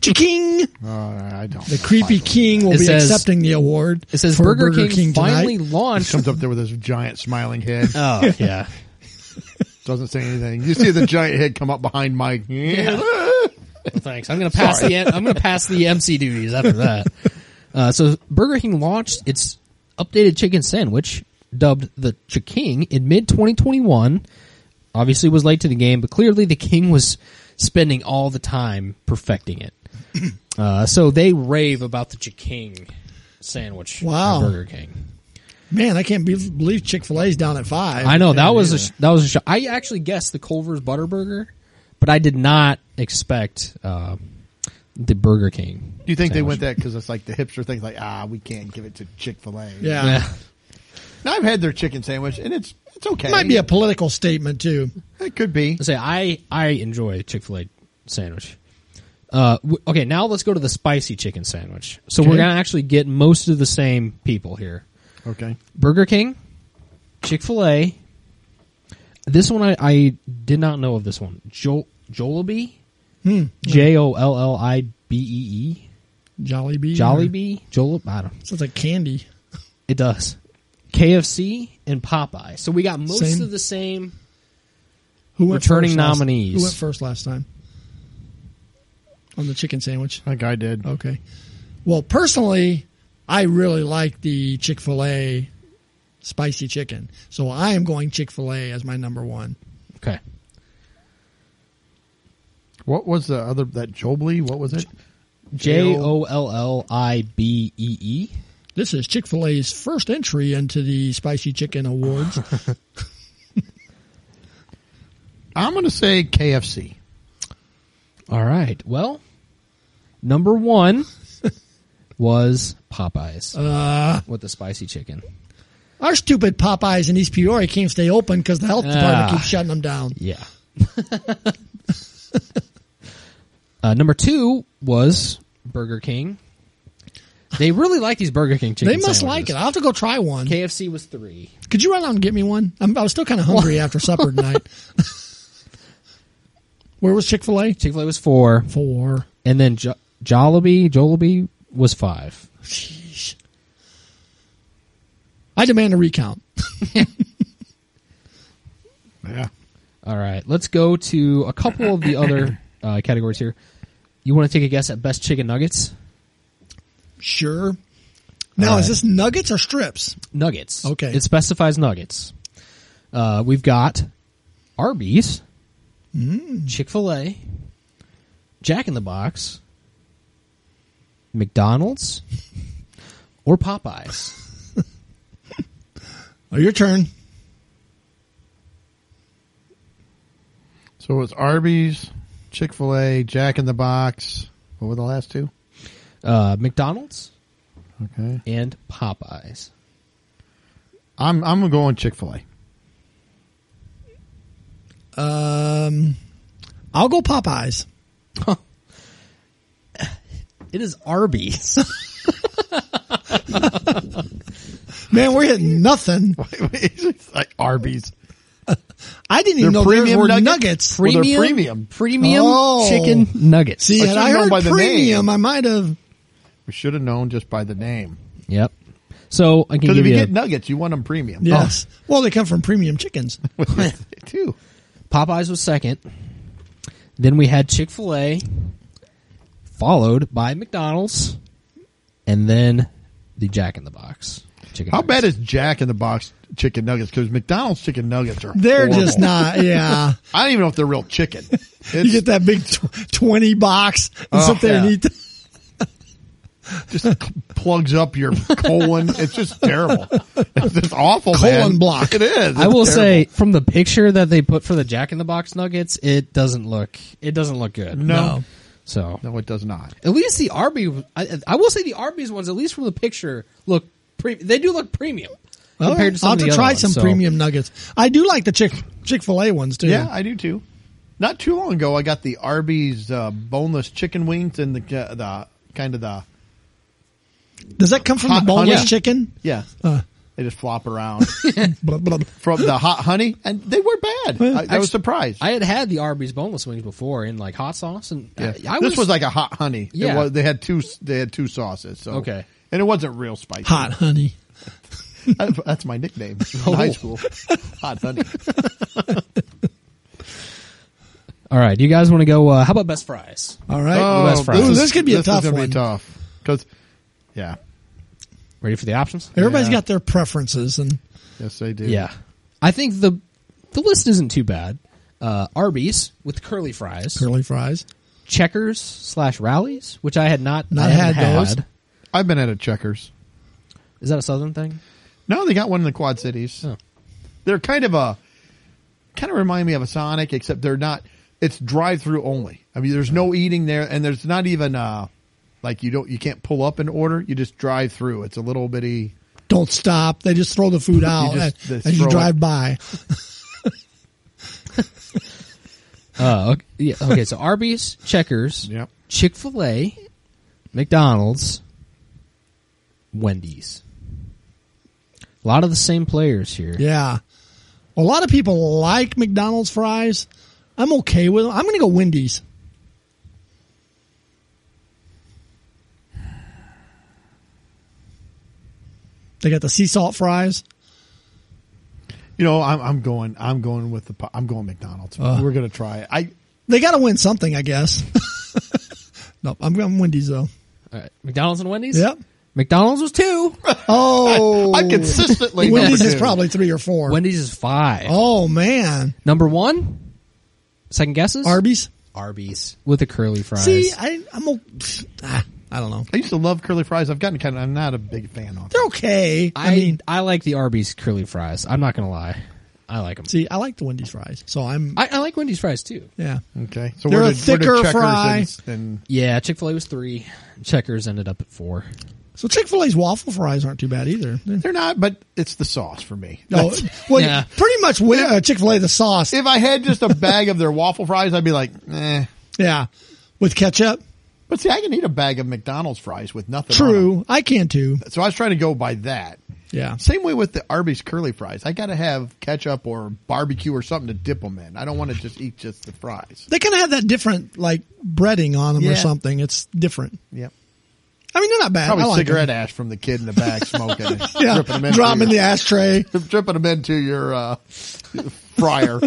[SPEAKER 2] Chiking.
[SPEAKER 1] Uh, I don't.
[SPEAKER 2] The creepy king will
[SPEAKER 3] It
[SPEAKER 2] be
[SPEAKER 3] says-
[SPEAKER 2] accepting the award.
[SPEAKER 3] It says
[SPEAKER 2] for
[SPEAKER 3] Burger, King,
[SPEAKER 2] tonight.
[SPEAKER 3] finally launched.
[SPEAKER 1] comes up there with his giant smiling head.
[SPEAKER 3] Oh yeah,
[SPEAKER 1] Doesn't say anything. You see the giant head come up behind Mike.
[SPEAKER 3] Well, thanks. I'm gonna pass the I'm gonna pass the MC duties after that. Uh, so Burger King launched its updated chicken sandwich, dubbed the Chiking, in mid 2021. Obviously, was late to the game, but clearly the King was spending all the time perfecting it. Uh, so they rave about the Chiking sandwich. at
[SPEAKER 2] Wow.
[SPEAKER 3] Burger King.
[SPEAKER 2] Man, I can't be- believe Chick Fil A's down at five.
[SPEAKER 3] I know that was a sh- that was a sh- I actually guessed the Culver's Butterburger, but I did not expect uh, the Burger King.
[SPEAKER 1] Do you think they
[SPEAKER 3] sandwich.
[SPEAKER 1] went that because it's like the hipster thing? Like, ah, we can't give it to Chick Fil A.
[SPEAKER 2] Yeah.
[SPEAKER 3] Yeah.
[SPEAKER 1] Now I've had their chicken sandwich, and it's it's okay.
[SPEAKER 2] It might be a political statement too.
[SPEAKER 1] It could be.
[SPEAKER 3] I say I I enjoy Chick Fil A sandwich. Uh, w- okay, now let's go to the spicy chicken sandwich. So we're
[SPEAKER 2] Okay.
[SPEAKER 3] gonna actually get most of the same people here:
[SPEAKER 1] Okay.
[SPEAKER 3] Burger King, Chick Fil A. This one I, I did not know of. This one, Jol Jollibee, J O L L I B E E.
[SPEAKER 2] Jolly Bee.
[SPEAKER 3] Jollibee, Jolip, I don't.
[SPEAKER 2] Sounds like candy.
[SPEAKER 3] It does. KFC and Popeye. So we got most
[SPEAKER 2] Same.
[SPEAKER 3] of the same.
[SPEAKER 2] Who went
[SPEAKER 3] Returning
[SPEAKER 2] first last-
[SPEAKER 3] nominees.
[SPEAKER 2] who went first last time? On the chicken sandwich.
[SPEAKER 1] I think I did.
[SPEAKER 2] Okay. Well, personally, I really like the Chick fil A spicy chicken. So I am going Chick fil A as my number one.
[SPEAKER 3] Okay.
[SPEAKER 1] What was the other that Jobly? What was it?
[SPEAKER 3] J O L L I B E E.
[SPEAKER 2] This is Chick fil A's first entry into the Spicy Chicken Awards.
[SPEAKER 1] I'm going to say KFC.
[SPEAKER 3] All right. Well, number one was Popeyes with the spicy chicken.
[SPEAKER 2] Our stupid Popeyes in East Peoria can't stay open because the health department
[SPEAKER 3] Ah.
[SPEAKER 2] keeps shutting them down.
[SPEAKER 3] Yeah. uh, number two was Burger King. They really like these Burger King chicken.
[SPEAKER 2] They must like it. I'll have to go try one.
[SPEAKER 3] KFC was three.
[SPEAKER 2] Could you run out and get me one? I'm, I was still kind of hungry after supper tonight. Where was Chick fil A?
[SPEAKER 3] Chick Fil A was four,
[SPEAKER 2] Four.
[SPEAKER 3] and then jo- Jollibee, Jollibee was five.
[SPEAKER 2] Jeez. I demand a recount.
[SPEAKER 1] Yeah.
[SPEAKER 3] All right, let's go to a couple of the other uh, categories here. You want to take a guess at best chicken nuggets?
[SPEAKER 2] Sure. Now,
[SPEAKER 3] right.
[SPEAKER 2] is this nuggets or strips?
[SPEAKER 3] Nuggets.
[SPEAKER 2] Okay.
[SPEAKER 3] It specifies nuggets. Uh, we've got Arby's, Chick fil A, Jack in the Box, McDonald's, or Popeyes.
[SPEAKER 2] Oh, your turn.
[SPEAKER 1] So it was Arby's, Chick Fil A, Jack in the Box. What were the last two?
[SPEAKER 3] Uh, McDonald's
[SPEAKER 1] Okay.
[SPEAKER 3] and Popeyes.
[SPEAKER 1] I'm I'm going Chick Fil A.
[SPEAKER 2] Um, I'll go Popeyes.
[SPEAKER 3] It is Arby's.
[SPEAKER 2] Man, we're hitting nothing.
[SPEAKER 1] It's like Arby's.
[SPEAKER 2] I
[SPEAKER 1] They're
[SPEAKER 2] didn't even know there
[SPEAKER 1] premium
[SPEAKER 2] were
[SPEAKER 1] nuggets?
[SPEAKER 2] nuggets.
[SPEAKER 1] Well, they're premium.
[SPEAKER 3] Premium
[SPEAKER 2] Oh.
[SPEAKER 3] chicken nuggets.
[SPEAKER 2] See,
[SPEAKER 1] I
[SPEAKER 2] had
[SPEAKER 1] should've
[SPEAKER 2] I
[SPEAKER 1] known
[SPEAKER 2] heard
[SPEAKER 1] by the
[SPEAKER 2] premium, I might have.
[SPEAKER 1] We should have known just by the name.
[SPEAKER 3] Yep. So I can
[SPEAKER 1] Because
[SPEAKER 3] give
[SPEAKER 1] if you
[SPEAKER 3] you a-
[SPEAKER 1] get nuggets, you want them premium. Oh,
[SPEAKER 2] Yes. Well, they come from premium chickens.
[SPEAKER 1] They do.
[SPEAKER 3] Popeyes was second. Then we had Chick fil A, followed by McDonald's, and then the Jack in the Box. Chicken
[SPEAKER 1] How bad
[SPEAKER 3] nuggets.
[SPEAKER 1] is Jack in the Box chicken nuggets? Because McDonald's chicken nuggets are
[SPEAKER 2] They're
[SPEAKER 1] horrible.
[SPEAKER 2] just not. Yeah.
[SPEAKER 1] I don't even know if they're real chicken.
[SPEAKER 2] You
[SPEAKER 1] It's
[SPEAKER 2] get that big tw- 20 box and
[SPEAKER 1] Oh,
[SPEAKER 2] sit there and
[SPEAKER 1] yeah.
[SPEAKER 2] eat. th-
[SPEAKER 1] just cl- plugs up your colon. It's just terrible. It's just awful.
[SPEAKER 2] Colon
[SPEAKER 1] man.
[SPEAKER 2] block.
[SPEAKER 1] It is.
[SPEAKER 3] I
[SPEAKER 1] It's
[SPEAKER 3] will
[SPEAKER 1] terrible.
[SPEAKER 3] say from the picture that they put for the Jack in the Box nuggets, it doesn't look it doesn't look good.
[SPEAKER 1] no,
[SPEAKER 3] So
[SPEAKER 1] no, it does not.
[SPEAKER 3] at least the Arby's I, I will say the Arby's ones at least from the picture look pre- they do look premium
[SPEAKER 2] All
[SPEAKER 3] compared
[SPEAKER 2] right.
[SPEAKER 3] to some
[SPEAKER 2] I'll
[SPEAKER 3] of
[SPEAKER 2] have
[SPEAKER 3] the
[SPEAKER 2] to
[SPEAKER 3] other
[SPEAKER 2] try
[SPEAKER 3] ones,
[SPEAKER 2] some
[SPEAKER 3] so-
[SPEAKER 2] premium nuggets. I do like the Chick Chick fil A ones too.
[SPEAKER 1] Yeah, I do too. Not too long ago, I got the Arby's uh, boneless chicken wings and the uh, the kind of the
[SPEAKER 2] Does that come from
[SPEAKER 1] Hot
[SPEAKER 2] the boneless
[SPEAKER 1] honey?
[SPEAKER 2] chicken?
[SPEAKER 1] yeah.
[SPEAKER 2] Uh.
[SPEAKER 1] they just flop around
[SPEAKER 2] Blah, blah, blah.
[SPEAKER 1] from the hot honey, and they were bad. I, I was surprised.
[SPEAKER 3] I had had the Arby's boneless wings before in like hot sauce and
[SPEAKER 1] Yeah.
[SPEAKER 3] I, I
[SPEAKER 1] this was like a hot honey. It
[SPEAKER 3] Yeah.
[SPEAKER 1] was- they had two. They had two sauces. So
[SPEAKER 3] Okay.
[SPEAKER 1] and it wasn't real spicy.
[SPEAKER 2] Hot honey.
[SPEAKER 1] That- That's my nickname in high school. Hot honey.
[SPEAKER 3] All right, you guys want to go? Uh, how about best fries?
[SPEAKER 2] All right.
[SPEAKER 1] Oh,
[SPEAKER 3] Less fries.
[SPEAKER 2] Ooh, this could be a tough
[SPEAKER 1] is gonna
[SPEAKER 2] one.
[SPEAKER 1] Be tough because, yeah,
[SPEAKER 3] Ready for the options?
[SPEAKER 2] Everybody's
[SPEAKER 1] Yeah.
[SPEAKER 2] got their preferences and
[SPEAKER 1] yes they do.
[SPEAKER 3] Yeah, I think the the list isn't too bad. Uh, Arby's with curly fries,
[SPEAKER 2] curly fries.
[SPEAKER 3] Checkers slash Rallies, which I had not
[SPEAKER 2] Not
[SPEAKER 3] I haven't
[SPEAKER 2] had those.
[SPEAKER 1] I've been at a Checkers.
[SPEAKER 3] Is that a Southern thing?
[SPEAKER 1] No, they got one in the Quad Cities.
[SPEAKER 3] Oh.
[SPEAKER 1] They're kind of a, kind of remind me of a Sonic, except they're not. It's drive through only. I mean, there's no eating there, and there's not even uh, like you don't you can't pull up and order. You just drive through. It's a little bitty.
[SPEAKER 2] Don't stop. They just throw the food out
[SPEAKER 1] just-
[SPEAKER 2] as-
[SPEAKER 1] they
[SPEAKER 2] as you
[SPEAKER 1] throw
[SPEAKER 2] drive
[SPEAKER 1] it.
[SPEAKER 2] by.
[SPEAKER 3] Uh, okay, yeah, okay. So Arby's, Checkers,
[SPEAKER 1] Yep.
[SPEAKER 3] Chick fil A, McDonald's, Wendy's. A lot of the same players here.
[SPEAKER 2] Yeah. A lot of people like McDonald's fries. I'm okay with them. I'm going to go Wendy's. They got the sea salt fries.
[SPEAKER 1] You know, I'm, I'm going. I'm going with the. po- I'm going McDonald's. We're gonna try it. I
[SPEAKER 2] They got to win something, I guess. no, I'm going Wendy's though.
[SPEAKER 3] All right. McDonald's and Wendy's.
[SPEAKER 2] Yep.
[SPEAKER 3] McDonald's was two.
[SPEAKER 2] Oh,
[SPEAKER 1] I consistently number
[SPEAKER 2] Wendy's is
[SPEAKER 1] two.
[SPEAKER 2] probably three or four.
[SPEAKER 3] Wendy's is five.
[SPEAKER 2] oh man,
[SPEAKER 3] Number one. Second guesses.
[SPEAKER 2] Arby's.
[SPEAKER 3] Arby's with the curly fries.
[SPEAKER 2] See, I, I'm a, ah, I don't know.
[SPEAKER 1] I used to love curly fries. I've gotten kind of. I'm not a big fan of.
[SPEAKER 2] They're okay. I,
[SPEAKER 3] I,
[SPEAKER 2] mean,
[SPEAKER 3] I like the Arby's curly fries. I'm not gonna lie, I like them.
[SPEAKER 2] see, I like the Wendy's fries, so I'm
[SPEAKER 3] I, I like Wendy's fries too.
[SPEAKER 2] yeah.
[SPEAKER 1] Okay, so
[SPEAKER 2] They're
[SPEAKER 1] where
[SPEAKER 2] a
[SPEAKER 1] did, where did
[SPEAKER 2] thicker
[SPEAKER 1] Checkers
[SPEAKER 2] fry.
[SPEAKER 1] and- and
[SPEAKER 3] Yeah, Chick Fil A was three. Checkers ended up at four.
[SPEAKER 2] So Chick Fil A's waffle fries aren't too bad either. They're-
[SPEAKER 1] they're not, but it's the sauce for me.
[SPEAKER 2] No, well,
[SPEAKER 3] Yeah.
[SPEAKER 2] pretty much with uh, Chick Fil A the sauce.
[SPEAKER 1] If I had just a bag of their waffle fries, I'd be like, eh.
[SPEAKER 2] yeah, with ketchup.
[SPEAKER 1] But see, I can eat a bag of McDonald's fries with nothing. on them.
[SPEAKER 2] True, I can too.
[SPEAKER 1] So I was trying to go by that.
[SPEAKER 2] Yeah,
[SPEAKER 1] Same way with the Arby's curly fries. I got to have ketchup or barbecue or something to dip them in. I don't want to just eat just the fries.
[SPEAKER 2] they kind of have that different like breading on them or
[SPEAKER 1] Yeah.
[SPEAKER 2] something. It's different.
[SPEAKER 1] Yep.
[SPEAKER 2] I mean, they're not bad.
[SPEAKER 1] Probably
[SPEAKER 2] I like
[SPEAKER 1] cigarette
[SPEAKER 2] 'em.
[SPEAKER 1] ash from the kid in the back smoking. and dripping them
[SPEAKER 2] Yeah,
[SPEAKER 1] into
[SPEAKER 2] dropping the
[SPEAKER 1] your,
[SPEAKER 2] ashtray.
[SPEAKER 1] dripping them into your uh, fryer.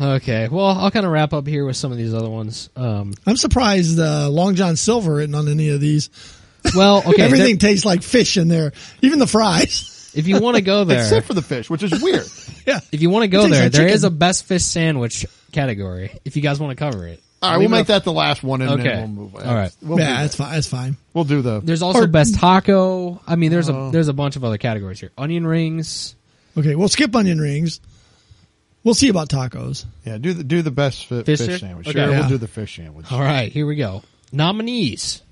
[SPEAKER 3] Okay, well, I'll kind of wrap up here with some of these other ones. Um,
[SPEAKER 2] I'm surprised uh, Long John Silver isn't on any of these.
[SPEAKER 3] well, okay,
[SPEAKER 2] Everything tastes like fish in there, even the fries.
[SPEAKER 3] there- if you want to go there,
[SPEAKER 1] Except for the fish, which is weird.
[SPEAKER 2] yeah,
[SPEAKER 3] if you want to
[SPEAKER 2] It
[SPEAKER 3] go
[SPEAKER 2] tastes
[SPEAKER 3] there,
[SPEAKER 2] like
[SPEAKER 3] there
[SPEAKER 2] chicken.
[SPEAKER 3] is a best fish sandwich category. If you guys want to cover it,
[SPEAKER 1] All right, we'll make that the last one, and
[SPEAKER 3] Okay.
[SPEAKER 1] then we'll move. on.
[SPEAKER 3] All right.
[SPEAKER 1] we'll do
[SPEAKER 2] yeah,
[SPEAKER 1] that.
[SPEAKER 2] that's fine. That's fine.
[SPEAKER 1] we'll do the.
[SPEAKER 3] There's also best taco. I mean, there's a there's a bunch of other categories here. Onion rings.
[SPEAKER 2] Okay, we'll skip onion rings. We'll see about tacos.
[SPEAKER 1] yeah, do the do the best fi-
[SPEAKER 3] Fish
[SPEAKER 1] fish,
[SPEAKER 3] here?
[SPEAKER 1] sandwich.
[SPEAKER 3] Okay.
[SPEAKER 1] Sure,
[SPEAKER 2] Yeah.
[SPEAKER 1] we'll do the fish sandwich.
[SPEAKER 3] All right, here we go. Nominees.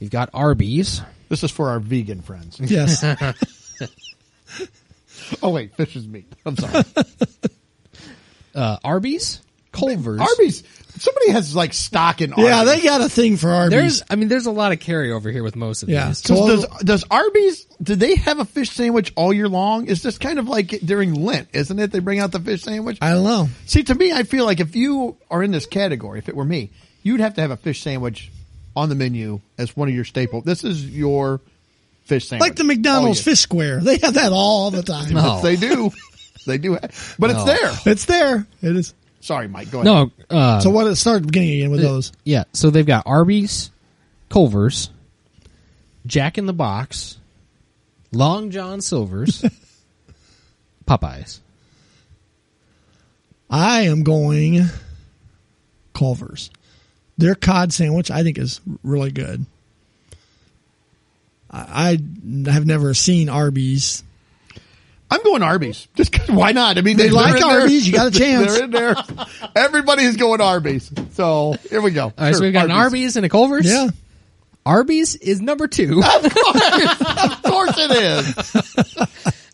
[SPEAKER 3] We've got Arby's.
[SPEAKER 1] This is for our vegan friends.
[SPEAKER 2] Yes,
[SPEAKER 1] Oh wait, fish is meat. I'm sorry.
[SPEAKER 3] Uh, Arby's. Culver's.
[SPEAKER 1] Arby's. Somebody has like stock in. Arby's.
[SPEAKER 2] yeah, they got a thing for Arby's.
[SPEAKER 3] There's, I mean, there's a lot of carryover here with most of
[SPEAKER 2] yeah,
[SPEAKER 3] these.
[SPEAKER 2] so
[SPEAKER 1] does, does Arby's do they have a fish sandwich all year long? Is this kind of like during Lent, isn't it? They bring out the fish sandwich.
[SPEAKER 2] I don't know.
[SPEAKER 1] See, to me, I feel like if you are in this category, if it were me, you'd have to have a fish sandwich on the menu as one of your staple. This is your fish sandwich,
[SPEAKER 2] Like the
[SPEAKER 1] Oh,
[SPEAKER 2] McDonald's fish square, they have that all the time.
[SPEAKER 3] No.
[SPEAKER 1] Yes, they do, they do, have, but
[SPEAKER 3] No.
[SPEAKER 1] it's there.
[SPEAKER 2] It's there. It is.
[SPEAKER 1] Sorry, Mike. Go ahead.
[SPEAKER 3] No, uh,
[SPEAKER 2] So what? It started beginning again with those.
[SPEAKER 3] yeah. So they've got Arby's, Culver's, Jack in the Box, Long John Silver's, Popeyes.
[SPEAKER 2] I am going Culver's. Their cod sandwich, I think, is really good. I, I have never seen Arby's.
[SPEAKER 1] I'm going Arby's. Just 'cause- why not? I mean, they
[SPEAKER 2] like Arby's, you got a chance.
[SPEAKER 1] They're in there. Everybody's going Arby's. So here we go.
[SPEAKER 3] All right, so
[SPEAKER 1] Sure,
[SPEAKER 3] we've got an Arby's and a Culver's.
[SPEAKER 2] Yeah.
[SPEAKER 3] Arby's is number two.
[SPEAKER 1] Of course it is.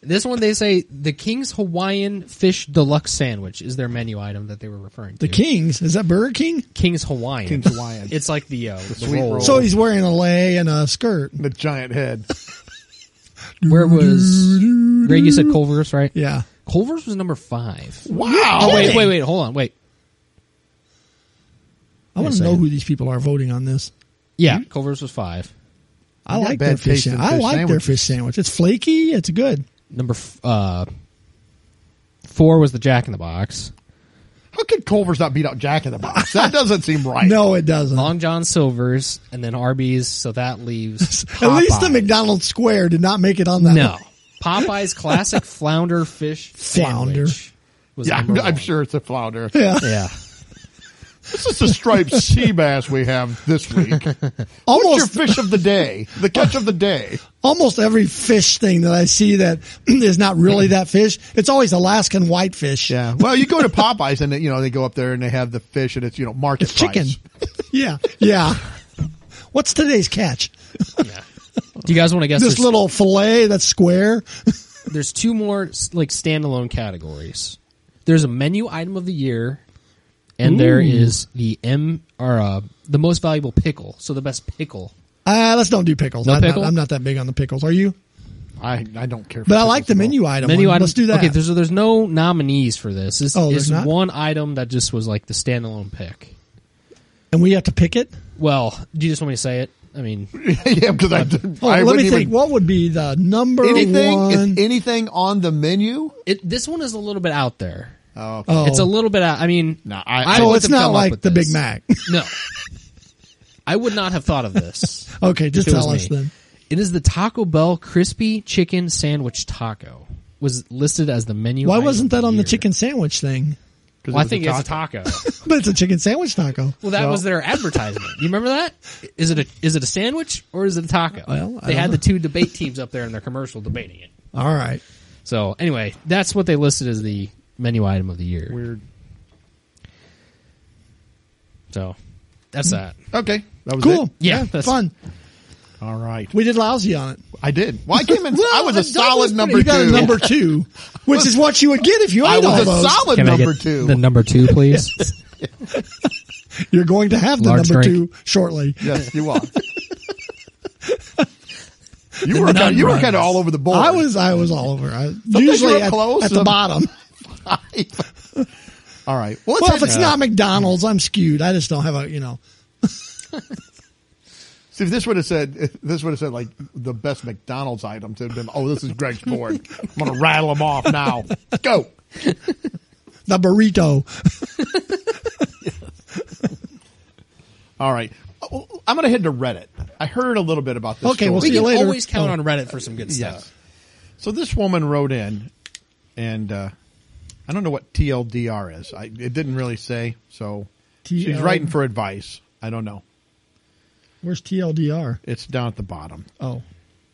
[SPEAKER 3] this one they say the King's Hawaiian Fish Deluxe Sandwich is their menu item that they were referring to.
[SPEAKER 2] The King's. Is that Burger King?
[SPEAKER 3] King's Hawaiian.
[SPEAKER 1] King's Hawaiian.
[SPEAKER 3] It's like the, uh, the
[SPEAKER 1] sweet
[SPEAKER 3] roll.
[SPEAKER 1] roll.
[SPEAKER 2] So he's wearing a lay and a skirt.
[SPEAKER 1] The giant head.
[SPEAKER 3] Where was Greg? You said Culver's, right?
[SPEAKER 2] Yeah.
[SPEAKER 3] Culver's was number five.
[SPEAKER 1] Wow.
[SPEAKER 3] Oh wait,
[SPEAKER 2] Kidding.
[SPEAKER 3] wait, wait. Hold on, wait.
[SPEAKER 2] I want
[SPEAKER 3] Yes,
[SPEAKER 2] to
[SPEAKER 3] I
[SPEAKER 2] know
[SPEAKER 3] am.
[SPEAKER 2] who these people are voting on this.
[SPEAKER 3] Yeah,
[SPEAKER 1] Hmm?
[SPEAKER 3] Culver's was five.
[SPEAKER 2] I
[SPEAKER 1] You got
[SPEAKER 2] like
[SPEAKER 1] bad
[SPEAKER 2] their fish
[SPEAKER 1] taste in
[SPEAKER 2] sandwich. I
[SPEAKER 1] fish
[SPEAKER 2] like their
[SPEAKER 1] sandwiches.
[SPEAKER 2] fish sandwich. It's flaky. It's good.
[SPEAKER 3] Number f- uh, four was the Jack in the Box.
[SPEAKER 1] How could Culver's not beat out Jack in the Box? That doesn't seem right.
[SPEAKER 2] No, it doesn't.
[SPEAKER 3] Long John Silver's, and then Arby's. So that leaves
[SPEAKER 2] At least the
[SPEAKER 3] Popeyes.
[SPEAKER 2] McDonald's square did not make it on that.
[SPEAKER 3] No, Popeye's classic flounder fish
[SPEAKER 2] Flounder.
[SPEAKER 3] sandwich was
[SPEAKER 1] Yeah, I'm,
[SPEAKER 3] number
[SPEAKER 1] I'm
[SPEAKER 3] one.
[SPEAKER 1] sure it's a flounder.
[SPEAKER 2] Yeah.
[SPEAKER 3] Yeah,
[SPEAKER 1] This is the striped sea bass we have this week. What's your
[SPEAKER 2] Almost
[SPEAKER 1] fish of the day? The catch of the day.
[SPEAKER 2] almost every fish thing that I see that is not really that fish. It's always Alaskan whitefish.
[SPEAKER 1] Yeah. Well, you go to Popeyes and you know they go up there and they have the fish and it's you know market
[SPEAKER 2] It's chicken.
[SPEAKER 1] price.
[SPEAKER 2] yeah. Yeah. What's today's catch?
[SPEAKER 3] Do you guys want to guess?
[SPEAKER 2] This
[SPEAKER 3] there's,
[SPEAKER 2] little fillet that's square.
[SPEAKER 3] there's two more s- like standalone categories. There's a menu item of the year, and there is the M or uh, the most valuable pickle. So the best pickle.
[SPEAKER 2] Uh, let's don't do pickles.
[SPEAKER 3] No
[SPEAKER 2] I'm,
[SPEAKER 3] pickle?
[SPEAKER 2] Not, I'm not that big on the pickles. Are you?
[SPEAKER 1] I I don't care. For
[SPEAKER 2] But I like
[SPEAKER 1] pickles at
[SPEAKER 2] the
[SPEAKER 1] all.
[SPEAKER 2] menu item.
[SPEAKER 3] Menu
[SPEAKER 2] one.
[SPEAKER 3] item.
[SPEAKER 2] Let's do that.
[SPEAKER 3] Okay, there's there's no nominees for this. This
[SPEAKER 2] Oh, there's
[SPEAKER 3] is
[SPEAKER 2] not?
[SPEAKER 3] one item that just was like the standalone pick.
[SPEAKER 2] and we have to pick it.
[SPEAKER 3] Well, do you just want me to say it? I mean,
[SPEAKER 1] yeah, because I, I
[SPEAKER 2] Oh, let me
[SPEAKER 1] wouldn't
[SPEAKER 2] think.
[SPEAKER 1] even
[SPEAKER 2] what would be the number
[SPEAKER 1] anything
[SPEAKER 2] one?
[SPEAKER 1] is anything on the menu.
[SPEAKER 3] it, this one is a little bit out there.
[SPEAKER 1] Oh, okay.
[SPEAKER 2] oh,
[SPEAKER 3] It's a little bit out. I mean,
[SPEAKER 1] no, I,
[SPEAKER 3] I
[SPEAKER 2] so
[SPEAKER 3] would
[SPEAKER 2] it's
[SPEAKER 3] have come
[SPEAKER 2] not
[SPEAKER 3] up
[SPEAKER 2] like
[SPEAKER 3] with
[SPEAKER 2] the
[SPEAKER 3] this.
[SPEAKER 2] Big Mac.
[SPEAKER 3] No, I would not have thought of this.
[SPEAKER 2] okay, just
[SPEAKER 3] If it was
[SPEAKER 2] tell us
[SPEAKER 3] me.
[SPEAKER 2] then.
[SPEAKER 3] It is the Taco Bell crispy chicken sandwich taco. Was listed as the menu.
[SPEAKER 2] Why
[SPEAKER 3] item
[SPEAKER 2] wasn't that on the
[SPEAKER 3] here.
[SPEAKER 2] chicken sandwich thing?
[SPEAKER 1] because
[SPEAKER 3] Well, I
[SPEAKER 1] it was
[SPEAKER 3] think
[SPEAKER 1] a
[SPEAKER 3] it's a taco.
[SPEAKER 2] But it's a chicken sandwich taco.
[SPEAKER 3] Well, that
[SPEAKER 1] No.
[SPEAKER 3] was their advertisement. You remember that? Is it a is it a sandwich or is it a taco?
[SPEAKER 2] Well, I
[SPEAKER 3] they
[SPEAKER 2] don't
[SPEAKER 3] had
[SPEAKER 2] know.
[SPEAKER 3] the two debate teams up there in their commercial debating it.
[SPEAKER 2] All right.
[SPEAKER 3] So anyway, that's what they listed as the menu item of the year.
[SPEAKER 1] weird.
[SPEAKER 3] So that's that.
[SPEAKER 1] Okay, that was
[SPEAKER 2] Cool.
[SPEAKER 1] it.
[SPEAKER 3] Yeah, that's-
[SPEAKER 2] fun.
[SPEAKER 1] All right,
[SPEAKER 2] We did lousy on it.
[SPEAKER 1] I did. Well, I came in. I was a
[SPEAKER 2] that
[SPEAKER 1] solid
[SPEAKER 2] pretty-
[SPEAKER 1] number
[SPEAKER 2] You got
[SPEAKER 1] two.
[SPEAKER 2] a number two, which is what you would get if you
[SPEAKER 1] I
[SPEAKER 2] ate all
[SPEAKER 1] was a
[SPEAKER 2] those.
[SPEAKER 1] solid number two.
[SPEAKER 3] number two, please.
[SPEAKER 2] You're going to have the
[SPEAKER 3] Large
[SPEAKER 2] number
[SPEAKER 3] drink.
[SPEAKER 2] two shortly.
[SPEAKER 1] yes, you are. you were kind of, you were kind of all over the board.
[SPEAKER 2] I was I was all over. I, usually
[SPEAKER 1] were
[SPEAKER 2] at,
[SPEAKER 1] close
[SPEAKER 2] at the
[SPEAKER 1] and-
[SPEAKER 2] bottom.
[SPEAKER 1] all right. Well, let's
[SPEAKER 2] Well,
[SPEAKER 1] hit-
[SPEAKER 2] if it's not McDonald's, I'm skewed. I just don't have a you know.
[SPEAKER 1] See, if this would have said, if this would have said like the best McDonald's items, it'd been, oh, this is Greg's board. I'm going to rattle them off now. Go.
[SPEAKER 2] The burrito.
[SPEAKER 1] All right. Oh, I'm going to head to Reddit. I heard a little bit about this.
[SPEAKER 2] Okay, we'll
[SPEAKER 1] story.
[SPEAKER 2] see you
[SPEAKER 3] You
[SPEAKER 2] later.
[SPEAKER 3] always count
[SPEAKER 2] Oh.
[SPEAKER 3] on Reddit for some good
[SPEAKER 1] Yes.
[SPEAKER 3] stuff.
[SPEAKER 1] So this woman wrote in, and uh, I don't know what TLDR is. I, it didn't really say. So she's
[SPEAKER 2] TL.
[SPEAKER 1] writing for advice. I don't know.
[SPEAKER 2] Where's TLDR?
[SPEAKER 1] It's down at the bottom.
[SPEAKER 2] Oh,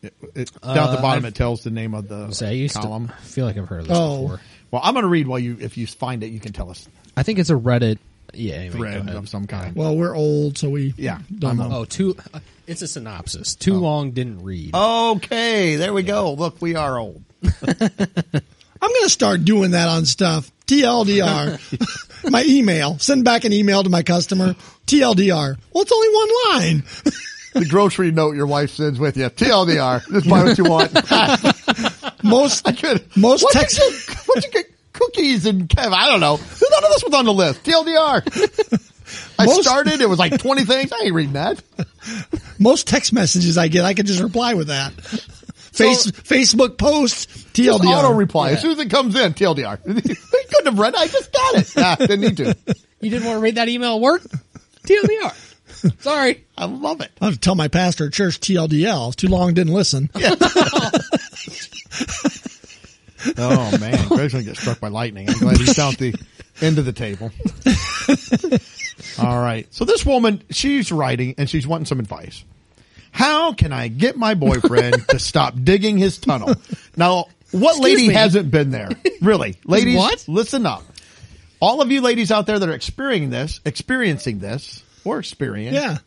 [SPEAKER 1] It, it, down at the
[SPEAKER 3] Uh,
[SPEAKER 1] bottom,
[SPEAKER 3] I've-
[SPEAKER 1] it tells the name of the
[SPEAKER 3] So I used
[SPEAKER 1] column.
[SPEAKER 3] to I feel like I've heard of this
[SPEAKER 2] Oh.
[SPEAKER 3] before.
[SPEAKER 1] Well, I'm going to read while you, if you find it, you can tell us
[SPEAKER 3] I think it's a Reddit. Yeah, anyway, go
[SPEAKER 1] thread
[SPEAKER 3] ahead.
[SPEAKER 1] of some kind.
[SPEAKER 2] well, we're old, so we
[SPEAKER 1] Yeah,
[SPEAKER 2] don't
[SPEAKER 1] I'm
[SPEAKER 2] know.
[SPEAKER 3] Oh, too. Uh, it's a synopsis. Too long, didn't read.
[SPEAKER 1] Oh. Okay, there we go. Look, we are old.
[SPEAKER 2] I'm going to start doing that on stuff. TLDR. my email. Send back an email to my customer. TLDR. Well, it's only one line.
[SPEAKER 1] The grocery note your wife sends with you. TLDR. Just buy what you want.
[SPEAKER 2] Most
[SPEAKER 1] Good.
[SPEAKER 2] most
[SPEAKER 1] What'd
[SPEAKER 2] Texas.
[SPEAKER 1] you get- what'd you get? Cookies and Kev. I don't know. None of this was on the list. TLDR. I
[SPEAKER 2] Most-
[SPEAKER 1] started. It was like 20 things. I ain't reading that.
[SPEAKER 2] most text messages I get, I can just reply with that. Face Facebook posts, TLDR.
[SPEAKER 1] Just auto reply. As soon as it comes in, TLDR. they couldn't have read it. I just got it. Nah, didn't need to.
[SPEAKER 3] You didn't want to read that email at work? TLDR. Sorry.
[SPEAKER 1] I love it.
[SPEAKER 2] I have to tell my pastor at church TLDL. It's too long, didn't listen.
[SPEAKER 1] Oh, man. Greg's going to get struck by lightning. I'm glad he's down at the end of the table. All right. So this woman, she's writing and she's wanting some advice. How can I get my boyfriend to stop digging his tunnel? Now, what lady
[SPEAKER 3] me.
[SPEAKER 1] hasn't been there? Really? Ladies,
[SPEAKER 3] What?
[SPEAKER 1] listen up. All of you ladies out there that are experiencing this, experiencing this, or experience,
[SPEAKER 2] Yeah.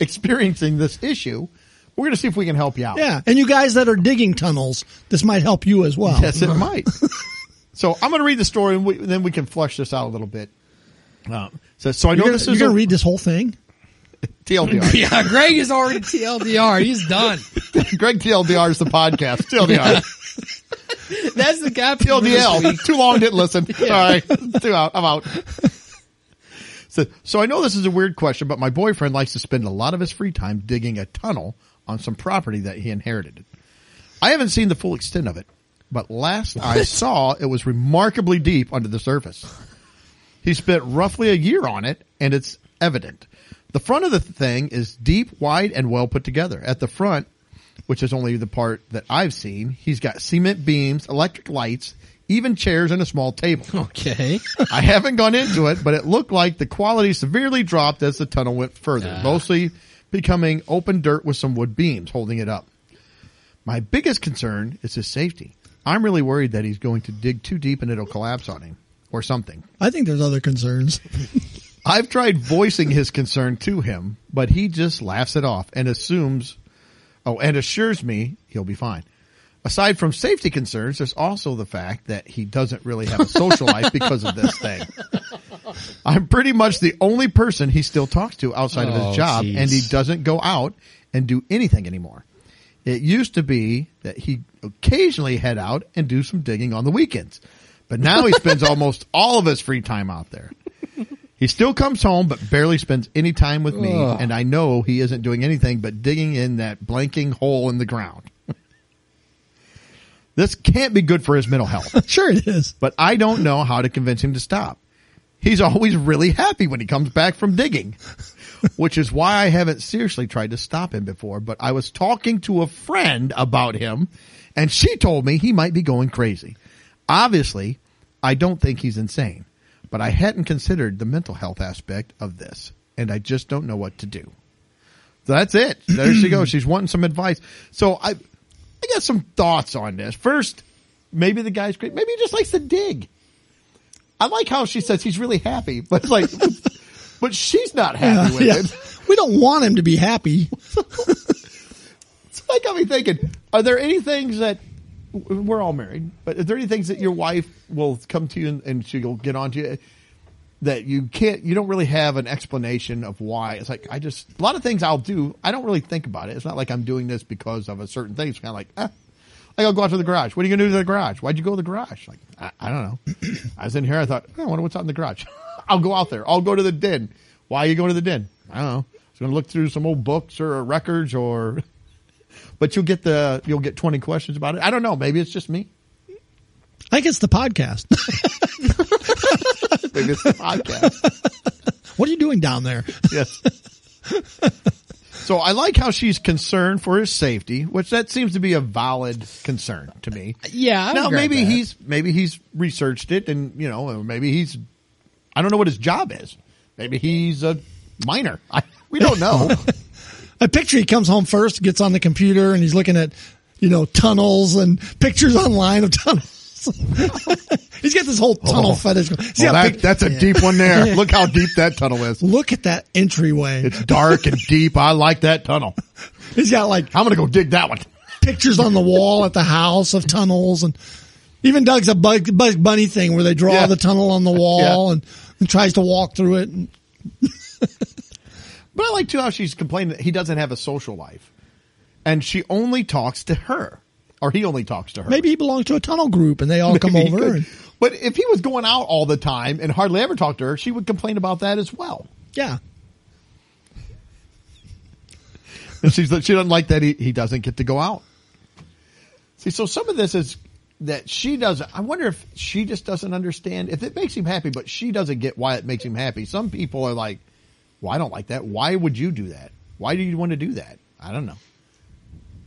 [SPEAKER 1] experiencing this issue, we're going to see if we can help you out.
[SPEAKER 2] Yeah. And you guys that are digging tunnels, this might help you as well.
[SPEAKER 1] Yes, it might. so I'm going to read the story, and we, then we can flush this out a little bit. Um, so, so I know
[SPEAKER 2] You're
[SPEAKER 1] this
[SPEAKER 2] going
[SPEAKER 1] is
[SPEAKER 2] to
[SPEAKER 1] a
[SPEAKER 2] read this whole thing?
[SPEAKER 1] TLDR.
[SPEAKER 3] Yeah, Greg is already TLDR. He's done.
[SPEAKER 1] Greg TLDR is the podcast. TLDR.
[SPEAKER 3] That's the cap.
[SPEAKER 1] TLDL. Too long, didn't listen. Sorry. Too out. I'm out. So, so I know this is a weird question, but my boyfriend likes to spend a lot of his free time digging a tunnel on some property that he inherited. I haven't seen the full extent of it, but last I saw, it was remarkably deep under the surface. He spent roughly a year on it, and it's evident. The front of the thing is deep, wide, and well put together. At the front, which is only the part that I've seen, he's got cement beams, electric lights, even chairs, and a small table.
[SPEAKER 3] Okay.
[SPEAKER 1] I haven't gone into it, but it looked like the quality severely dropped as the tunnel went further,
[SPEAKER 3] Ah.
[SPEAKER 1] mostly becoming open dirt with some wood beams holding it up. My biggest concern is his safety. I'm really worried that he's going to dig too deep and it'll collapse on him or something.
[SPEAKER 2] I think there's other concerns.
[SPEAKER 1] I've tried voicing his concern to him, but he just laughs it off and assumes, oh, and assures me he'll be fine. Aside from safety concerns, there's also the fact that he doesn't really have a social life because of this thing. I'm pretty much the only person he still talks to outside of
[SPEAKER 3] Oh,
[SPEAKER 1] his job,
[SPEAKER 3] geez.
[SPEAKER 1] and he doesn't go out and do anything anymore. It used to be that he occasionally head out and do some digging on the weekends, but now he spends almost all of his free time out there. He still comes home, but barely spends any time with me,
[SPEAKER 3] Ugh.
[SPEAKER 1] and I know he isn't doing anything but digging in that blanking hole in the ground. this can't be good for his mental health,
[SPEAKER 2] sure it is.
[SPEAKER 1] but I don't know how to convince him to stop. He's always really happy when he comes back from digging, which is why I haven't seriously tried to stop him before, but I was talking to a friend about him, and she told me he might be going crazy. Obviously, I don't think he's insane, but I hadn't considered the mental health aspect of this, and I just don't know what to do. So that's it. There she goes. She's wanting some advice. So I, I got some thoughts on this. First, maybe the guy's great. Maybe he just likes to dig. I like how she says he's really happy, but it's like, but she's not happy with
[SPEAKER 2] Yeah.
[SPEAKER 1] it.
[SPEAKER 2] We don't want him to be happy.
[SPEAKER 1] It's like I'm thinking, are there any things that we're all married, but are there any things that your wife will come to you and, and she'll get on to you that you can't, you don't really have an explanation of why? It's like, I just, a lot of things I'll do, I don't really think about it. It's not like I'm doing this because of a certain thing. It's kind of like, ah, like I'll go out to the garage. What are you going to do to the garage? Why'd you go to the garage? Like, I, I don't know. I was in here. I thought, I wonder what's out in the garage. I'll go out there. I'll go to the den. Why are you going to the den? I don't know. I was going to look through some old books or records or but you'll get the you'll get 20 questions about it i don't know maybe it's just me
[SPEAKER 2] I think it's the podcast.
[SPEAKER 1] maybe it's the podcast
[SPEAKER 2] what are you doing down there?
[SPEAKER 1] yes so i like how she's concerned for his safety which that seems to be a valid concern to me
[SPEAKER 3] Yeah, I would
[SPEAKER 1] now
[SPEAKER 3] grant
[SPEAKER 1] maybe
[SPEAKER 3] that.
[SPEAKER 1] he's maybe he's researched it and you know maybe he's i don't know what his job is maybe he's a miner I, we don't know
[SPEAKER 2] I picture he comes home first, gets on the computer, and he's looking at, you know, tunnels and pictures online of tunnels. he's got this whole tunnel
[SPEAKER 1] Oh.
[SPEAKER 2] fetish. going. See
[SPEAKER 1] Well,
[SPEAKER 2] how
[SPEAKER 1] that-
[SPEAKER 2] big-
[SPEAKER 1] that's a deep one there look how deep that tunnel is
[SPEAKER 2] look at that entryway.
[SPEAKER 1] it's dark and deep i like that tunnel
[SPEAKER 2] He's got like
[SPEAKER 1] i'm gonna go dig that one
[SPEAKER 2] pictures on the wall at the house of tunnels and even Doug's a bug, bug bunny thing where they draw
[SPEAKER 1] Yeah.
[SPEAKER 2] the tunnel on the wall
[SPEAKER 1] Yeah.
[SPEAKER 2] and, and tries to walk through it. And,
[SPEAKER 1] But I like too how she's complaining that he doesn't have a social life, and she only talks to her, or he only talks to her.
[SPEAKER 2] maybe he belongs to a tunnel group and they all come
[SPEAKER 1] He
[SPEAKER 2] over.
[SPEAKER 1] could.
[SPEAKER 2] And,
[SPEAKER 1] But if he was going out all the time and hardly ever talked to her, she would complain about that as well.
[SPEAKER 2] yeah.
[SPEAKER 1] And she's she doesn't like that he, he doesn't get to go out. See, so some of this is that she doesn't. I wonder if she just doesn't understand if it makes him happy, but she doesn't get why it makes him happy. Some people are like, "Well, I don't like that. Why would you do that? Why do you want to do that? I don't know.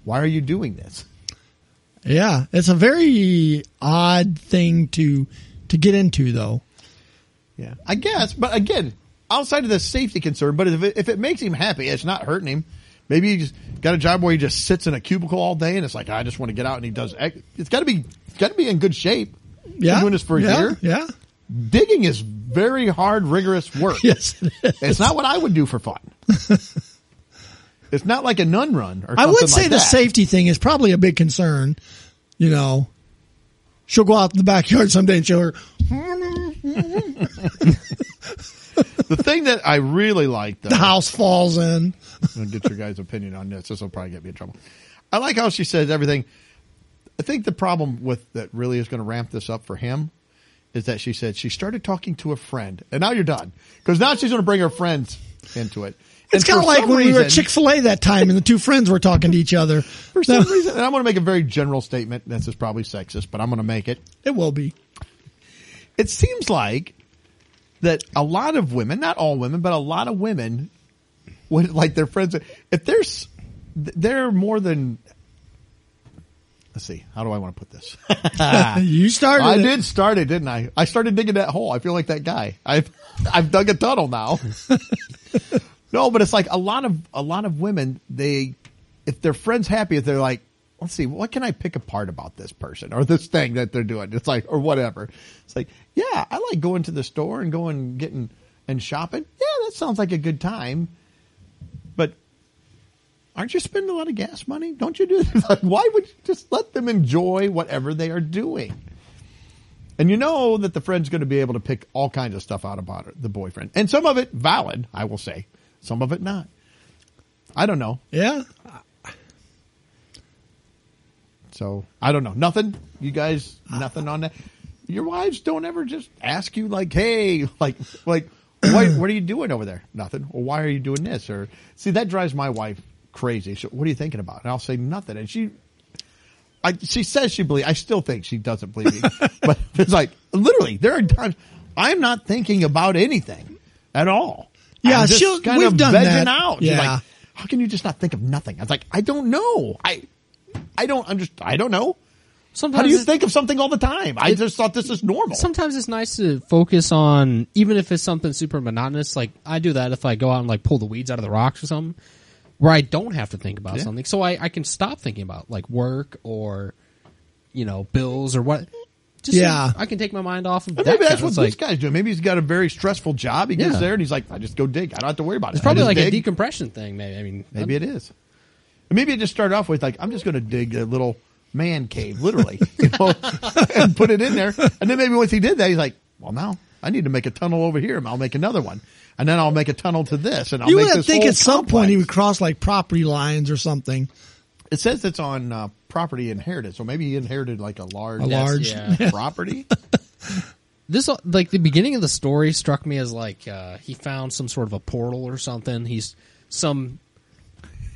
[SPEAKER 1] Why are you doing this?"
[SPEAKER 2] Yeah. It's a very odd thing to, to get into though.
[SPEAKER 1] Yeah, I guess. But again, outside of the safety concern, but if it, if it makes him happy, it's not hurting him. Maybe he just got a job where he just sits in a cubicle all day, and it's like I just want to get out, and he does. ex- It's got to be it's got to be in good shape. He's
[SPEAKER 2] Yeah.
[SPEAKER 1] been doing this for a
[SPEAKER 2] yeah,
[SPEAKER 1] year.
[SPEAKER 2] Yeah.
[SPEAKER 1] Digging is very hard, rigorous work.
[SPEAKER 2] Yes. it is.
[SPEAKER 1] It's not what I would do for fun. it's not like a nun run or
[SPEAKER 2] I
[SPEAKER 1] something
[SPEAKER 2] would say
[SPEAKER 1] like
[SPEAKER 2] the
[SPEAKER 1] that.
[SPEAKER 2] safety thing is probably a big concern. You know, she'll go out in the backyard someday and she'll hear,
[SPEAKER 1] The thing that I really like though,
[SPEAKER 2] the house falls in.
[SPEAKER 1] I'm gonna get your guys' opinion on this. This will probably get me in trouble. I like how she says everything. I think the problem with that really is going to ramp this up for him is that she said she started talking to a friend, and now you're done because now she's going to bring her friends into it.
[SPEAKER 2] It's
[SPEAKER 1] And
[SPEAKER 2] kind of
[SPEAKER 1] for
[SPEAKER 2] like
[SPEAKER 1] some
[SPEAKER 2] when we were at
[SPEAKER 1] reason-
[SPEAKER 2] Chick Fil A that time, and the two friends were talking to each other.
[SPEAKER 1] For some reason, and I'm going to make a very general statement. This is probably sexist, but I'm going to make it.
[SPEAKER 2] It will be.
[SPEAKER 1] it seems like that a lot of women, not all women, but a lot of women would like their friends. If there's, they're more than, let's see, how do I want to put this?
[SPEAKER 2] you started.
[SPEAKER 1] I
[SPEAKER 2] it.
[SPEAKER 1] did start it, didn't I? I started digging that hole. I feel like that guy. I've, I've dug a tunnel now. no, but it's like a lot of, a lot of women, they, if their friend's happy, if they're like, let's see, what can I pick apart about this person or this thing that they're doing? It's like, or whatever. It's like, yeah, I like going to the store and going, getting and shopping. Yeah, that sounds like a good time. But aren't you spending a lot of gas money? Don't you do that? Like, why would you just let them enjoy whatever they are doing? And you know that the friend's going to be able to pick all kinds of stuff out about her, the boyfriend. And some of it valid, I will say. Some of it not. I don't know.
[SPEAKER 2] Yeah.
[SPEAKER 1] So I don't know. Nothing. You guys, nothing on that. Your wives don't ever just ask you like, "Hey, like, like, what, what are you doing over there? Nothing. Well, why are you doing this? Or see, that drives my wife crazy. So what are you thinking about? And I'll say nothing. And she, I, she says she believes. I still think she doesn't believe me, but it's like literally there are times I'm not thinking about anything at all.
[SPEAKER 2] Yeah,
[SPEAKER 1] I'm just
[SPEAKER 2] she'll-
[SPEAKER 1] kind
[SPEAKER 2] we've
[SPEAKER 1] of
[SPEAKER 2] done
[SPEAKER 1] vegging
[SPEAKER 2] that.
[SPEAKER 1] out. She's
[SPEAKER 2] Yeah.
[SPEAKER 1] like, how can you just not think of nothing? I was like, I don't know. I, I don't understand. I don't know.
[SPEAKER 3] Sometimes
[SPEAKER 1] How do you
[SPEAKER 3] it-
[SPEAKER 1] think of something all the time? I just thought this is normal.
[SPEAKER 3] sometimes it's nice to focus on even if it's something super monotonous like i do that if i go out and like pull the weeds out of the rocks or something where i don't have to think about
[SPEAKER 1] Yeah.
[SPEAKER 3] something so I, I can stop thinking about like work or you know bills or what just so
[SPEAKER 2] Yeah.
[SPEAKER 3] i can take my mind off of that
[SPEAKER 1] Maybe that's
[SPEAKER 3] kind
[SPEAKER 1] what
[SPEAKER 3] of-
[SPEAKER 1] this
[SPEAKER 3] like,
[SPEAKER 1] guy's doing. Maybe he's got a very stressful job. He gets
[SPEAKER 3] Yeah.
[SPEAKER 1] there and he's like, I just go dig. I don't have to worry about it.
[SPEAKER 3] it's probably
[SPEAKER 1] I
[SPEAKER 3] like
[SPEAKER 1] just
[SPEAKER 3] a
[SPEAKER 1] dig.
[SPEAKER 3] decompression thing maybe i mean
[SPEAKER 1] Maybe it is. And Maybe it just started off with like, I'm just going to dig a little man cave, literally, you know, and put it in there. And then maybe once he did that, he's like, well, now I need to make a tunnel over here. and I'll make another one. And then I'll make a tunnel to this. And I'll
[SPEAKER 2] you
[SPEAKER 1] make
[SPEAKER 2] would
[SPEAKER 1] this
[SPEAKER 2] think
[SPEAKER 1] whole
[SPEAKER 2] at some point he would
[SPEAKER 1] complex.
[SPEAKER 2] cross like property lines or something.
[SPEAKER 1] It says it's on uh, property inherited. So maybe he inherited like a large,
[SPEAKER 2] A large-
[SPEAKER 3] yeah.
[SPEAKER 1] property.
[SPEAKER 3] this like the beginning of the story struck me as like uh, he found some sort of a portal or something. He's some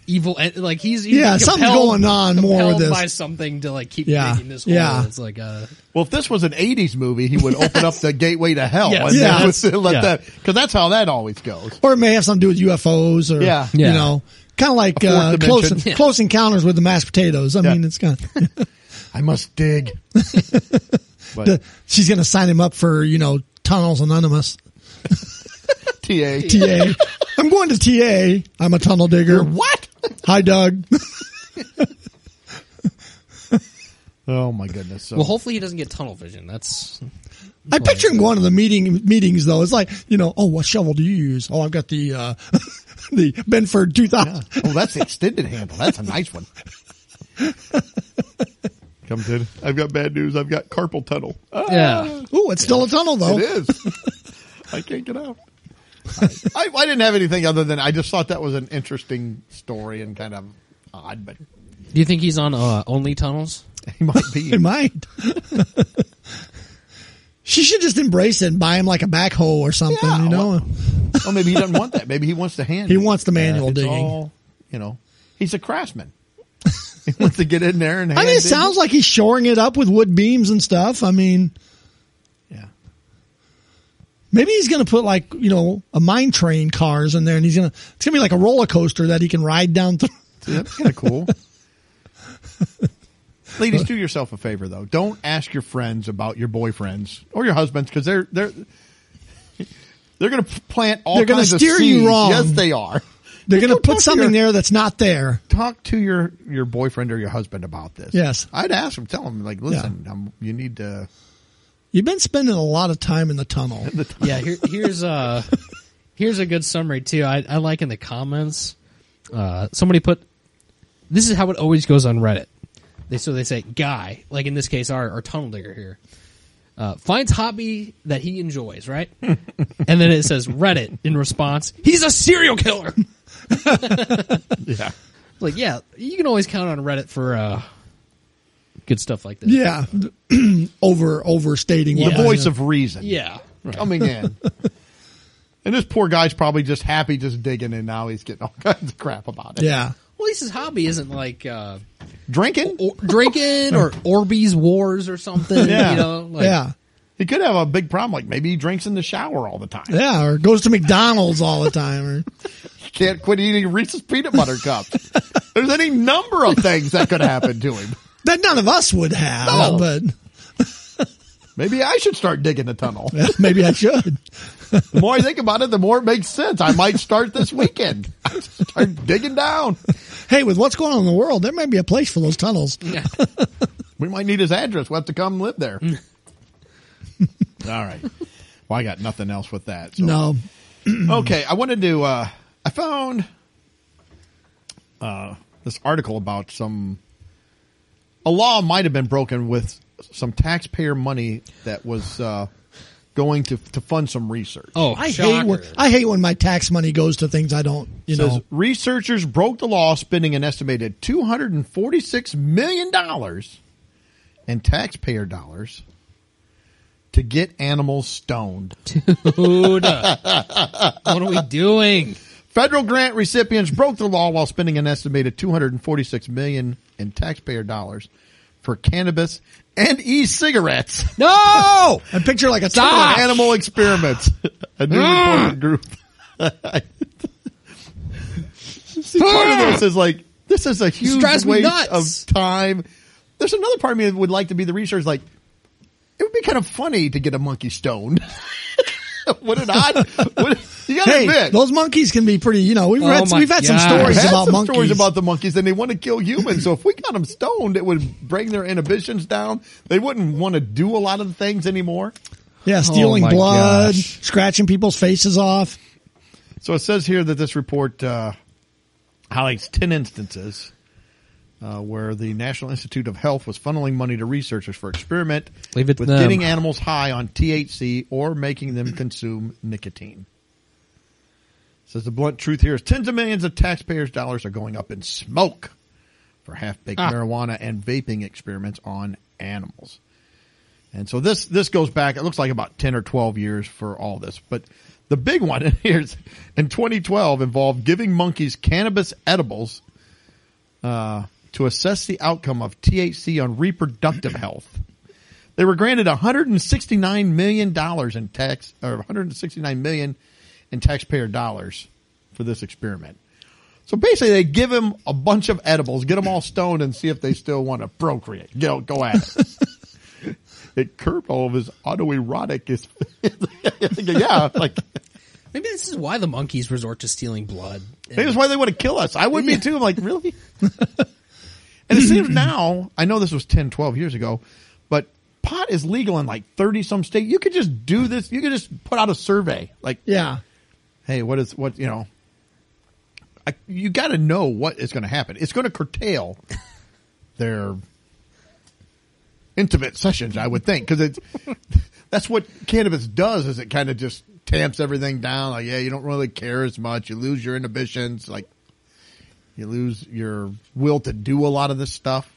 [SPEAKER 3] evil en- like he's, he's
[SPEAKER 2] Yeah, something
[SPEAKER 3] compelled-
[SPEAKER 2] going on more with
[SPEAKER 3] compelled
[SPEAKER 2] this.
[SPEAKER 3] by something to like keep
[SPEAKER 2] Yeah,
[SPEAKER 3] making this.
[SPEAKER 2] yeah.
[SPEAKER 3] world. it's like uh,
[SPEAKER 1] Well, if this was an '80s movie, he would open up the gateway to hell
[SPEAKER 3] Yes.
[SPEAKER 1] and then
[SPEAKER 2] Yes.
[SPEAKER 1] would let
[SPEAKER 3] Yeah.
[SPEAKER 1] that because that's how that always goes.
[SPEAKER 2] Or it may have something to do with UFOs or,
[SPEAKER 1] Yeah.
[SPEAKER 3] Yeah.
[SPEAKER 2] you know, kind of like
[SPEAKER 1] A fourth
[SPEAKER 2] uh,
[SPEAKER 1] dimension.
[SPEAKER 2] close,
[SPEAKER 1] Yeah.
[SPEAKER 2] close encounters with the mashed potatoes. I
[SPEAKER 1] Yeah.
[SPEAKER 2] mean, it's kind of,
[SPEAKER 1] I must dig. but
[SPEAKER 2] she's going to sign him up for, you know, Tunnels Anonymous.
[SPEAKER 1] TA,
[SPEAKER 2] TA. I'm going to TA. I'm a tunnel digger.
[SPEAKER 1] what?
[SPEAKER 2] Hi, Doug.
[SPEAKER 1] Oh my goodness! So,
[SPEAKER 3] well, hopefully he doesn't get tunnel vision. That's
[SPEAKER 2] I picture him going to the meeting meetings though. It's like you know, oh, what shovel do you use? Oh, I've got the uh, the Benford 2000.
[SPEAKER 1] oh, that's the extended handle. That's a nice one. Comes in. I've got bad news. I've got carpal tunnel. Ah,
[SPEAKER 3] yeah.
[SPEAKER 2] Oh, it's still a tunnel though.
[SPEAKER 1] It is. I can't get out. I, I didn't have anything other than I just thought that was an interesting story and kind of odd, but
[SPEAKER 3] Do you think he's on uh, only tunnels?
[SPEAKER 1] he might be.
[SPEAKER 2] It might. she should just embrace it and buy him like a backhoe or something.
[SPEAKER 1] Yeah,
[SPEAKER 2] you know,
[SPEAKER 1] well- Oh, maybe he doesn't want that. Maybe he wants the hand.
[SPEAKER 2] he wants the manual
[SPEAKER 1] it's
[SPEAKER 2] digging.
[SPEAKER 1] all, you know, he's a craftsman. he wants to get in there and.
[SPEAKER 2] I mean, it sounds like he's shoring it up with wood beams and stuff. I mean,
[SPEAKER 1] Yeah.
[SPEAKER 2] maybe he's going to put like you know a mine train cars in there, and he's going to it's going to be like a roller coaster that he can ride down through.
[SPEAKER 1] See, that's kind of cool. Ladies, do yourself a favor though. Don't ask your friends about your boyfriends or your husbands because they're they're they're going to plant all.
[SPEAKER 2] They're gonna
[SPEAKER 1] kinds of
[SPEAKER 2] steer you
[SPEAKER 1] seeds.
[SPEAKER 2] wrong.
[SPEAKER 1] Yes, they are.
[SPEAKER 2] They're going to
[SPEAKER 1] Don't talk
[SPEAKER 2] put something
[SPEAKER 1] your-
[SPEAKER 2] there that's not there.
[SPEAKER 1] Talk to your your boyfriend or your husband about this.
[SPEAKER 2] Yes.
[SPEAKER 1] I'd ask him. Tell him like, listen, um, you need to.
[SPEAKER 2] You've been spending a lot of time in the tunnel.
[SPEAKER 3] yeah here, here's uh here's a good summary too i, I like in the comments uh somebody put this is how it always goes on reddit they so they say guy like in this case our, our tunnel digger here uh, finds hobby that he enjoys right and then it says reddit in response he's a serial killer
[SPEAKER 1] Yeah.
[SPEAKER 3] like yeah you can always count on reddit for uh good stuff like this
[SPEAKER 2] Yeah, over overstating
[SPEAKER 1] The
[SPEAKER 2] what
[SPEAKER 3] Yeah.
[SPEAKER 2] I-
[SPEAKER 1] voice of reason.
[SPEAKER 3] yeah right.
[SPEAKER 1] coming in. and this poor guy's probably just happy just digging and now he's getting all kinds of crap about it.
[SPEAKER 2] Yeah,
[SPEAKER 3] well at least his hobby isn't like uh
[SPEAKER 1] Drinking?
[SPEAKER 3] or, drinking or Orbeez wars or something.
[SPEAKER 1] Yeah.
[SPEAKER 3] You know, like,
[SPEAKER 2] yeah,
[SPEAKER 1] He could have a big problem. Like maybe he drinks in the shower all the time.
[SPEAKER 2] yeah. Or goes to McDonald's all the time. Or
[SPEAKER 1] He can't quit eating Reese's peanut butter cups. There's any number of things that could happen to him.
[SPEAKER 2] that none of us would have,
[SPEAKER 1] No.
[SPEAKER 2] but
[SPEAKER 1] Maybe I should start digging the tunnel.
[SPEAKER 2] yeah, maybe I should.
[SPEAKER 1] The more I think about it, the more it makes sense. I might start this weekend. I start digging down.
[SPEAKER 2] Hey, with what's going on in the world, there might be a place for those tunnels.
[SPEAKER 3] yeah.
[SPEAKER 1] We might need his address. We'll have to come live there. all right. Well, I got nothing else with that. So.
[SPEAKER 2] No,
[SPEAKER 1] okay, I wanted to. Uh, I found uh, this article about some a law might have been broken with some taxpayer money that was uh, going to to fund some research.
[SPEAKER 3] Oh,
[SPEAKER 2] I hate
[SPEAKER 3] shocker.
[SPEAKER 2] when I hate when my tax money goes to things I don't. You
[SPEAKER 1] It says
[SPEAKER 2] know,
[SPEAKER 1] researchers broke the law, spending an estimated two hundred and forty six million dollars in taxpayer dollars to get animals stoned.
[SPEAKER 3] Dude, what are we doing?
[SPEAKER 1] Federal grant recipients broke the law while spending an estimated 246 million in taxpayer dollars for cannabis and e-cigarettes.
[SPEAKER 3] No!
[SPEAKER 2] I picture like a
[SPEAKER 3] Stop!
[SPEAKER 2] turtle.
[SPEAKER 1] Animal experiments. A new reported group. See, part of this is like this is a huge
[SPEAKER 3] drives
[SPEAKER 1] waste
[SPEAKER 3] me nuts.
[SPEAKER 1] of time. There's another part of me that would like to be the research. Like, it would be kind of funny to get a monkey stoned. what an odd! What, you gotta
[SPEAKER 2] Hey,
[SPEAKER 1] admit,
[SPEAKER 2] those monkeys can be pretty. You know, we've
[SPEAKER 3] Oh
[SPEAKER 2] had
[SPEAKER 3] my
[SPEAKER 2] we've had some
[SPEAKER 3] God.
[SPEAKER 1] I've
[SPEAKER 2] stories
[SPEAKER 1] had
[SPEAKER 2] about
[SPEAKER 1] some
[SPEAKER 2] monkeys.
[SPEAKER 1] stories about the monkeys, and they want to kill humans. so if we got them stoned, it would bring their inhibitions down. They wouldn't want to do a lot of the things anymore.
[SPEAKER 2] yeah, stealing
[SPEAKER 3] my
[SPEAKER 2] blood,
[SPEAKER 3] gosh.
[SPEAKER 2] scratching people's faces off.
[SPEAKER 1] So it says here that this report uh, highlights 10 instances uh, where the National Institute of Health was funneling money to researchers for experiment
[SPEAKER 3] Leave it to
[SPEAKER 1] with
[SPEAKER 3] them.
[SPEAKER 1] getting animals high on THC or making them consume nicotine. Says the blunt truth here is tens of millions of taxpayers' dollars are going up in smoke for half-baked
[SPEAKER 3] Ah.
[SPEAKER 1] marijuana and vaping experiments on animals. And so this this goes back. It looks like about ten or twelve years for all this. But the big one in here is in 2012 involved giving monkeys cannabis edibles uh, to assess the outcome of THC on reproductive health. They were granted 169 million dollars in tax or 169 million in taxpayer dollars for this experiment. So basically, they give them a bunch of edibles, get them all stoned, and see if they still want to procreate. Go go at it. it curbed all of his autoerotic. is- yeah, like
[SPEAKER 3] Maybe this is why the monkeys resort to stealing blood.
[SPEAKER 1] maybe that's why they want to kill us. I would be too. I'm like, really? and it seems now, I know this was 10, 12 years ago, but pot is legal in like 30 some state. You could just do this. You could just put out a survey. Like,
[SPEAKER 2] Yeah,
[SPEAKER 1] hey, what is, what, you know, I, you got to know what is going to happen. It's going to curtail their intimate sessions, I would think, because it's that's what cannabis does. Is it kind of just tamps everything down? Like, yeah, you don't really care as much. You lose your inhibitions. Like, you lose your will to do a lot of this stuff.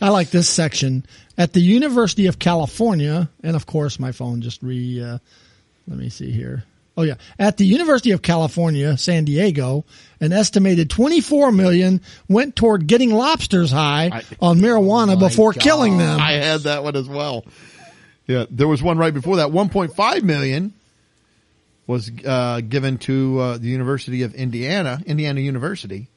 [SPEAKER 2] I like this section at the University of California, and of course, my phone just re. Uh, let me see here. Oh yeah, at the University of California, San Diego, an estimated 24 million went toward getting lobsters high
[SPEAKER 1] I- Oh
[SPEAKER 2] on marijuana before killing them.
[SPEAKER 1] I had that one as well. Yeah, there was one right before that. 1.5 million was uh, given to uh, the University of Indiana, Indiana University,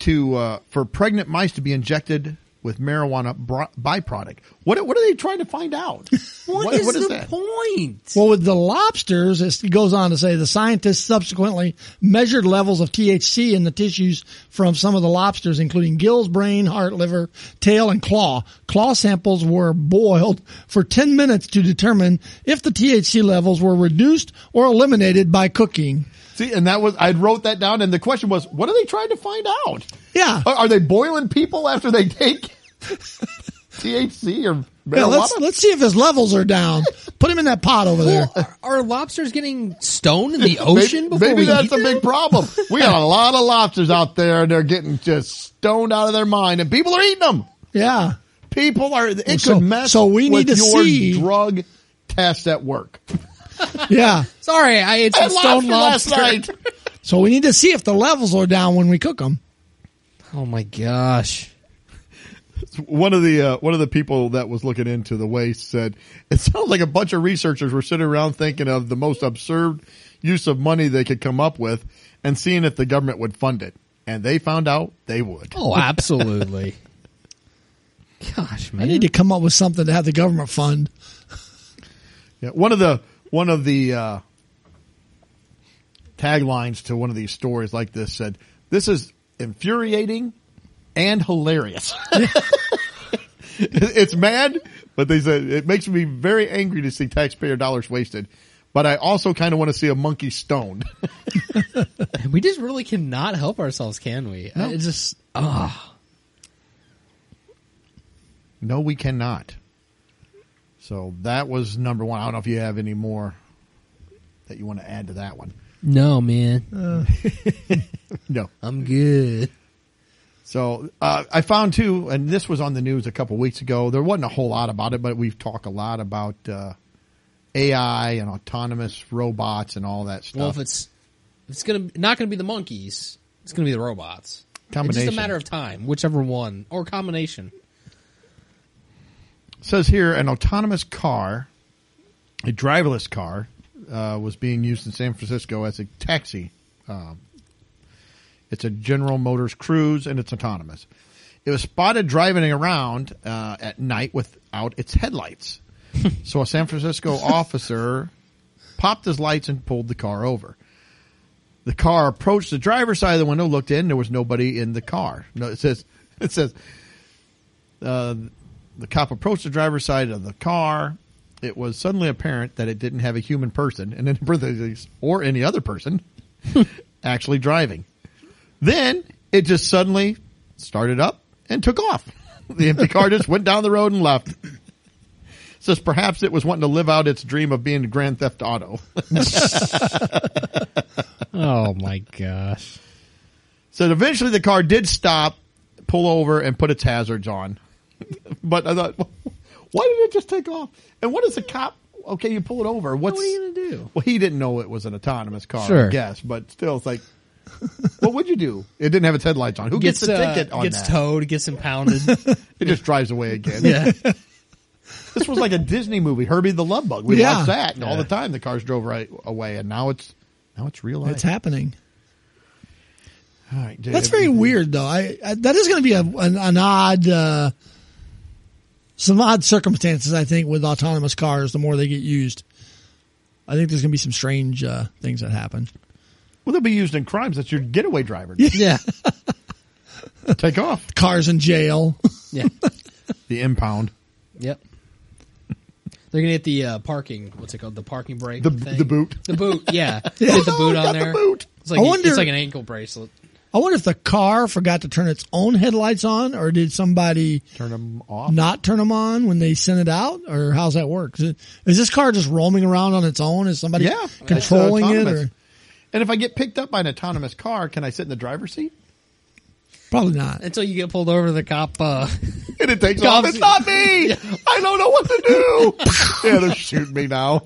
[SPEAKER 1] to uh, for pregnant mice to be injected with marijuana bro- byproduct. What what are they trying to find out?
[SPEAKER 3] what is the point?
[SPEAKER 2] Well, with the lobsters, it's- it goes on to say the scientists subsequently measured levels of THC in the tissues from some of the lobsters, including gills, brain, heart, liver, tail, and claw. Claw samples were boiled for 10 minutes to determine if the THC levels were reduced or eliminated by cooking.
[SPEAKER 1] See, and that was I wrote that down, and the question was, what are they trying to find out?
[SPEAKER 2] Yeah.
[SPEAKER 1] Are, are they boiling people after they take THC or marijuana?
[SPEAKER 2] Yeah, let's, let's see if his levels are down. Put him in that pot over there.
[SPEAKER 3] Well, are, are lobsters getting stoned in the ocean
[SPEAKER 1] maybe,
[SPEAKER 3] before
[SPEAKER 1] maybe
[SPEAKER 3] we
[SPEAKER 1] that's
[SPEAKER 3] eat
[SPEAKER 1] a
[SPEAKER 3] them?
[SPEAKER 1] big problem. We got a lot of lobsters out there, and they're getting just stoned out of their mind, and people are eating them.
[SPEAKER 2] Yeah.
[SPEAKER 1] People are. It could
[SPEAKER 2] so-
[SPEAKER 1] mess.
[SPEAKER 2] so we
[SPEAKER 1] with
[SPEAKER 2] need to
[SPEAKER 1] your
[SPEAKER 2] see-
[SPEAKER 1] drug test at work.
[SPEAKER 2] Yeah.
[SPEAKER 3] Sorry, I ate
[SPEAKER 1] I
[SPEAKER 3] some
[SPEAKER 1] had
[SPEAKER 3] stoned
[SPEAKER 1] lobster last
[SPEAKER 3] lobster.
[SPEAKER 1] night.
[SPEAKER 2] So we need to see if the levels are down when we cook them.
[SPEAKER 3] Oh my gosh.
[SPEAKER 1] one of the uh, one of the people that was looking into the waste said it sounds like a bunch of researchers were sitting around thinking of the most absurd use of money they could come up with and seeing if the government would fund it and they found out they would
[SPEAKER 3] Oh, absolutely. gosh, man.
[SPEAKER 2] I need to come up with something to have the government fund.
[SPEAKER 1] yeah, one of the one of the uh, taglines to one of these stories like this said this is infuriating and hilarious it's mad, but they said it makes me very angry to see taxpayer dollars wasted. But I also kind of want to see a monkey stoned.
[SPEAKER 3] we just really cannot help ourselves, can we? I- It's just ah.
[SPEAKER 1] no, we cannot. So that was number one. I don't know if you have any more that you want to add to that one.
[SPEAKER 3] No, man.
[SPEAKER 1] No.
[SPEAKER 3] I'm good.
[SPEAKER 1] So uh, I found too, and this was on the news a couple weeks ago. There wasn't a whole lot about it, but we've talked a lot about uh, AI and autonomous robots and all that stuff.
[SPEAKER 3] Well, if it's if it's gonna not gonna be the monkeys, it's gonna be the robots. It's
[SPEAKER 1] Combination.
[SPEAKER 3] just a matter of time, whichever one or combination.
[SPEAKER 1] says here an autonomous car, a driverless car, uh, was being used in San Francisco as a taxi. Um, it's a General Motors Cruise, and it's autonomous. It was spotted driving around uh, at night without its headlights. so a San Francisco officer popped his lights and pulled the car over. The car approached the driver's side of the window, looked in. There was nobody in the car. No, it says it says uh, the cop approached the driver's side of the car. It was suddenly apparent that it didn't have a human person, and in parentheses, or any other person, actually driving. Then it just suddenly started up and took off. The empty car just went down the road and left. Says perhaps it was wanting to live out its dream of being Grand Theft Auto.
[SPEAKER 3] Oh my gosh!
[SPEAKER 1] So eventually the car did stop, pull over, and put its hazards on. but I thought, why did it just take off? And what is the cop? Okay, you pull it over. What's
[SPEAKER 3] What are you gonna do?
[SPEAKER 1] Well, he didn't know it was an autonomous car, I
[SPEAKER 3] Sure.
[SPEAKER 1] guess, but still, it's like, what would you do? It didn't have its headlights on. Who gets, the
[SPEAKER 3] uh,
[SPEAKER 1] ticket on
[SPEAKER 3] gets
[SPEAKER 1] that?
[SPEAKER 3] towed, gets impounded.
[SPEAKER 1] It just drives away again.
[SPEAKER 3] yeah,
[SPEAKER 1] This was like a Disney movie, Herbie the Love Bug. We
[SPEAKER 2] Yeah.
[SPEAKER 1] watched that and all the time. The cars drove right away, and now it's now it's real life.
[SPEAKER 2] It's happening.
[SPEAKER 1] all right, Dave.
[SPEAKER 2] That's very weird, though. I, I that is going to be a, an, an odd, uh, some odd circumstances. I think with autonomous cars, the more they get used, I think there's going to be some strange uh, things that happen.
[SPEAKER 1] Well, they'll be used in crimes. That's your getaway driver.
[SPEAKER 2] Yeah,
[SPEAKER 1] Take off
[SPEAKER 2] cars in jail.
[SPEAKER 3] yeah,
[SPEAKER 1] the impound.
[SPEAKER 3] yep. They're gonna get the uh, parking. What's it called? The parking brake.
[SPEAKER 1] The-
[SPEAKER 3] thing.
[SPEAKER 1] the boot.
[SPEAKER 3] The boot. Yeah, get the boot
[SPEAKER 1] Oh,
[SPEAKER 3] on
[SPEAKER 1] got the
[SPEAKER 3] there.
[SPEAKER 1] boot.
[SPEAKER 3] It's like
[SPEAKER 2] I
[SPEAKER 3] a-
[SPEAKER 2] wonder-
[SPEAKER 3] it's like an ankle bracelet.
[SPEAKER 2] I wonder if the car forgot to turn its own headlights on, or did somebody
[SPEAKER 1] Turn them off.
[SPEAKER 2] not turn them on when they sent it out, or how's that work? Is, it, is this car just roaming around on its own? Is somebody
[SPEAKER 1] Yeah, it's
[SPEAKER 2] controlling it,
[SPEAKER 1] autonomous.
[SPEAKER 2] or
[SPEAKER 1] And if I get picked up by an autonomous car, can I sit in the driver's seat?
[SPEAKER 2] probably not?
[SPEAKER 3] Until you get pulled over, the cop. Uh,
[SPEAKER 1] And it takes off.
[SPEAKER 3] Cops-
[SPEAKER 1] It's not me. I don't know what to do. yeah, they're shooting me now.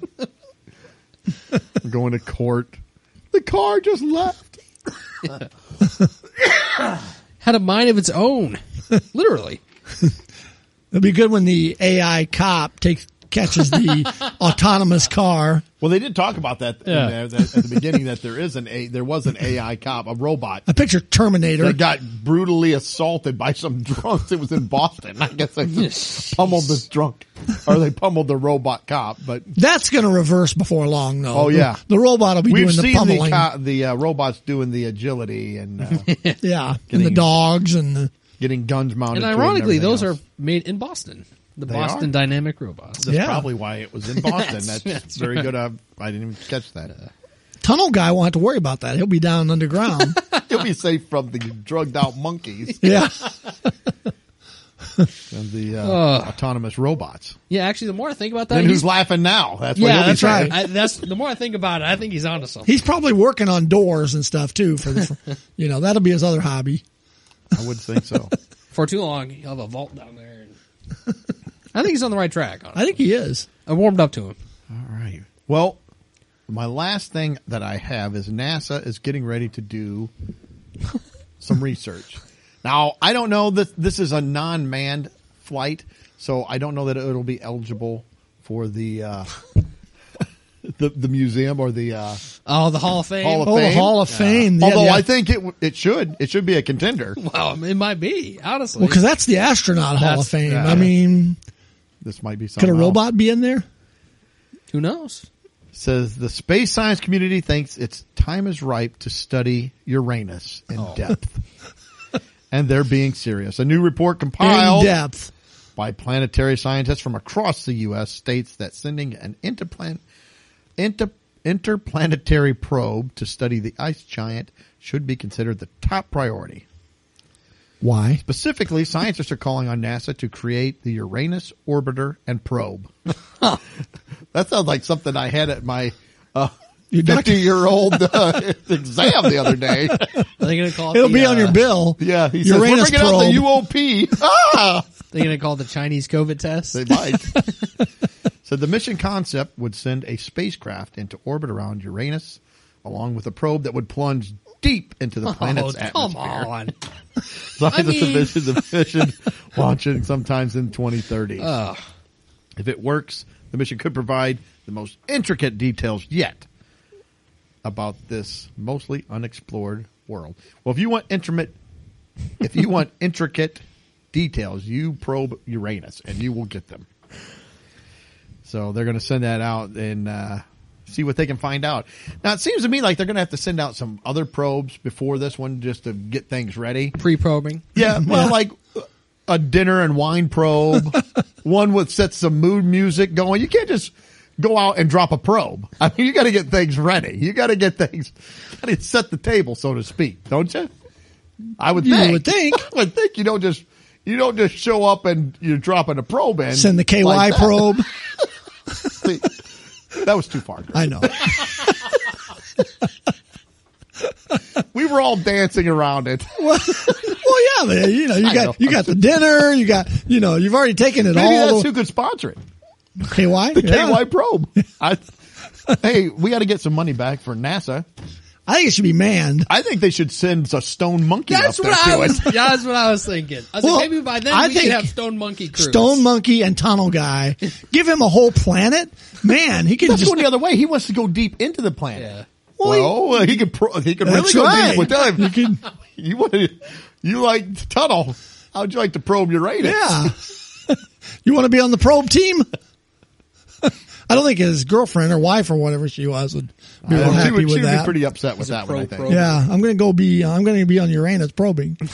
[SPEAKER 1] I'm going to court. The car just left.
[SPEAKER 3] had a mind of its own, literally.
[SPEAKER 2] It'll be good when the AI cop takes catches the autonomous car.
[SPEAKER 1] Well, they did talk about that, in
[SPEAKER 3] Yeah.
[SPEAKER 1] there, that at the beginning that there is an a there was an AI cop, a robot
[SPEAKER 2] I picture Terminator.
[SPEAKER 1] that got brutally assaulted by some drunks. It was in Boston. I guess they just pummeled this drunk, or they pummeled the robot cop. But
[SPEAKER 2] That's going to reverse before long, though.
[SPEAKER 1] Oh, yeah.
[SPEAKER 2] the, the robot will be
[SPEAKER 1] we've
[SPEAKER 2] doing the
[SPEAKER 1] seen the
[SPEAKER 2] pummeling.
[SPEAKER 1] co- the uh, robots doing the agility and uh,
[SPEAKER 2] yeah, and the
[SPEAKER 1] Getting-
[SPEAKER 2] dogs and the,
[SPEAKER 1] getting guns mounted.
[SPEAKER 3] And
[SPEAKER 1] to it
[SPEAKER 3] ironically,
[SPEAKER 1] everything
[SPEAKER 3] those
[SPEAKER 1] else.
[SPEAKER 3] are made in Boston. The
[SPEAKER 1] They
[SPEAKER 3] Boston
[SPEAKER 1] are.
[SPEAKER 3] Dynamic Robots.
[SPEAKER 1] That's
[SPEAKER 2] Yeah.
[SPEAKER 1] probably why it was in Boston. that's,
[SPEAKER 3] that's
[SPEAKER 1] very good. I, I didn't even catch that.
[SPEAKER 2] tunnel guy won't have to worry about that. He'll be down underground.
[SPEAKER 1] You'll be safe from the drugged out monkeys
[SPEAKER 2] yeah,
[SPEAKER 1] and the uh,
[SPEAKER 3] Ugh.
[SPEAKER 1] autonomous robots.
[SPEAKER 3] Yeah, actually, the more I think about that,
[SPEAKER 1] Then who's
[SPEAKER 3] he's,
[SPEAKER 1] laughing now? That's what
[SPEAKER 3] yeah,
[SPEAKER 1] he'll be
[SPEAKER 3] that's
[SPEAKER 1] saying.
[SPEAKER 3] right. I, that's the more I think about it, I think he's onto something.
[SPEAKER 2] he's probably working on doors and stuff too. For the, for- you know, that'll be his other hobby.
[SPEAKER 1] I would think so.
[SPEAKER 3] For too long, he'll have a vault down there. And I think he's on the right track.
[SPEAKER 2] I
[SPEAKER 3] honestly.
[SPEAKER 2] think he is.
[SPEAKER 3] I warmed up to him.
[SPEAKER 1] All right. Well, my last thing that I have is NASA is getting ready to do some research. Now, I don't know that this is a non manned flight, so I don't know that it'll be eligible for the. Uh, The, the museum or the uh,
[SPEAKER 3] Oh, the Hall of Fame.
[SPEAKER 1] Hall of
[SPEAKER 2] Oh, the
[SPEAKER 1] Fame?
[SPEAKER 2] Hall of Fame. Yeah,
[SPEAKER 1] although
[SPEAKER 2] yeah.
[SPEAKER 1] I think it w- it should it should be a contender
[SPEAKER 3] Well, it might be honestly.
[SPEAKER 2] well, because that's the astronaut Hall of
[SPEAKER 3] That's-
[SPEAKER 2] Fame.
[SPEAKER 1] yeah.
[SPEAKER 2] I mean,
[SPEAKER 1] this might be something
[SPEAKER 2] could a
[SPEAKER 1] else.
[SPEAKER 2] robot be in there?
[SPEAKER 3] who knows?
[SPEAKER 1] says the space science community thinks its time is ripe to study Uranus in
[SPEAKER 3] Oh.
[SPEAKER 1] depth. and they're being serious. A new report
[SPEAKER 2] In
[SPEAKER 1] compiled
[SPEAKER 2] depth.
[SPEAKER 1] by planetary scientists from across the U.S. states that sending an interplan- inter- interplanetary probe to study the ice giant should be considered the top priority.
[SPEAKER 2] Why?
[SPEAKER 1] Specifically, scientists are calling on NASA to create the Uranus orbiter and probe. that sounds like something I had at my uh,
[SPEAKER 4] fifty year old uh, exam the other day.
[SPEAKER 3] Are they gonna call it
[SPEAKER 2] It'll
[SPEAKER 3] the,
[SPEAKER 2] be on
[SPEAKER 3] uh,
[SPEAKER 2] your bill.
[SPEAKER 4] Yeah, he says,
[SPEAKER 2] Uranus
[SPEAKER 4] we're bringing
[SPEAKER 2] probe.
[SPEAKER 4] out the UOP. Ah,
[SPEAKER 3] They gonna call it the Chinese COVID test?
[SPEAKER 4] they might.
[SPEAKER 1] So the mission concept would send a spacecraft into orbit around Uranus, along with a probe that would plunge deep into the planet's
[SPEAKER 3] oh,
[SPEAKER 1] atmosphere.
[SPEAKER 3] come on!
[SPEAKER 1] Science
[SPEAKER 3] I mean-
[SPEAKER 1] of the mission, the mission launching sometimes in 2030. If it works, the mission could provide the most intricate details yet about this mostly unexplored world. Well, if you want intimate, if you want intricate details, you probe Uranus, and you will get them. So they're going to send that out and uh, see what they can find out. Now it seems to me like they're going to have to send out some other probes before this one just to get things ready.
[SPEAKER 3] Pre-probing.
[SPEAKER 1] Yeah, well, like a dinner and wine probe, one with sets some mood music going. You can't just go out and drop a probe. I mean, you got to get things ready. You got to get things, got to set the table, so to speak, don't you? I would
[SPEAKER 2] You
[SPEAKER 1] think.
[SPEAKER 2] would think.
[SPEAKER 1] I would think you don't just you don't just show up and you're dropping a probe in.
[SPEAKER 2] Send the KY
[SPEAKER 1] like that.
[SPEAKER 2] probe.
[SPEAKER 1] That was too far.
[SPEAKER 2] I know.
[SPEAKER 1] We were all dancing around it.
[SPEAKER 2] Well, yeah, man. You know, you
[SPEAKER 1] I
[SPEAKER 2] got
[SPEAKER 1] know.
[SPEAKER 2] you got the dinner. You got you know, you've already taken it
[SPEAKER 1] Maybe
[SPEAKER 2] all.
[SPEAKER 1] that's
[SPEAKER 2] the-
[SPEAKER 1] who could sponsor it.
[SPEAKER 2] KY.
[SPEAKER 1] The
[SPEAKER 2] Yeah.
[SPEAKER 1] KY probe. I, hey, we got to get some money back for NASA.
[SPEAKER 2] I think it should be manned.
[SPEAKER 1] I think they should send a stone monkey
[SPEAKER 3] That's
[SPEAKER 1] up there
[SPEAKER 3] what I
[SPEAKER 1] to
[SPEAKER 3] was.
[SPEAKER 1] it.
[SPEAKER 3] Yeah, that's what I was thinking. I was
[SPEAKER 2] Well,
[SPEAKER 3] like, maybe by then
[SPEAKER 2] I
[SPEAKER 3] we could
[SPEAKER 2] think
[SPEAKER 3] have Stone Monkey Cruise.
[SPEAKER 2] Stone Monkey and Tunnel Guy. Give him a whole planet, man. He could
[SPEAKER 1] That's
[SPEAKER 2] just
[SPEAKER 1] going the other way. He wants to go deep into the planet.
[SPEAKER 3] Yeah.
[SPEAKER 1] Well, uh, he, he could pro, he could really
[SPEAKER 2] That's
[SPEAKER 1] go
[SPEAKER 2] right.
[SPEAKER 1] deep with
[SPEAKER 2] You
[SPEAKER 1] that.
[SPEAKER 2] could,
[SPEAKER 1] You want to, you like the tunnel? How'd you like to probe Uranus?
[SPEAKER 2] yeah. you want to be on the probe team? I don't think his girlfriend or wife or whatever she was would be real
[SPEAKER 1] Yeah, Uh, she
[SPEAKER 2] happy
[SPEAKER 1] would, she
[SPEAKER 2] with
[SPEAKER 1] would be
[SPEAKER 2] that.
[SPEAKER 1] pretty upset with that
[SPEAKER 3] pro-
[SPEAKER 1] one. I think.
[SPEAKER 3] pro-
[SPEAKER 2] yeah, I'm gonna go be. I'm gonna be on Uranus probing.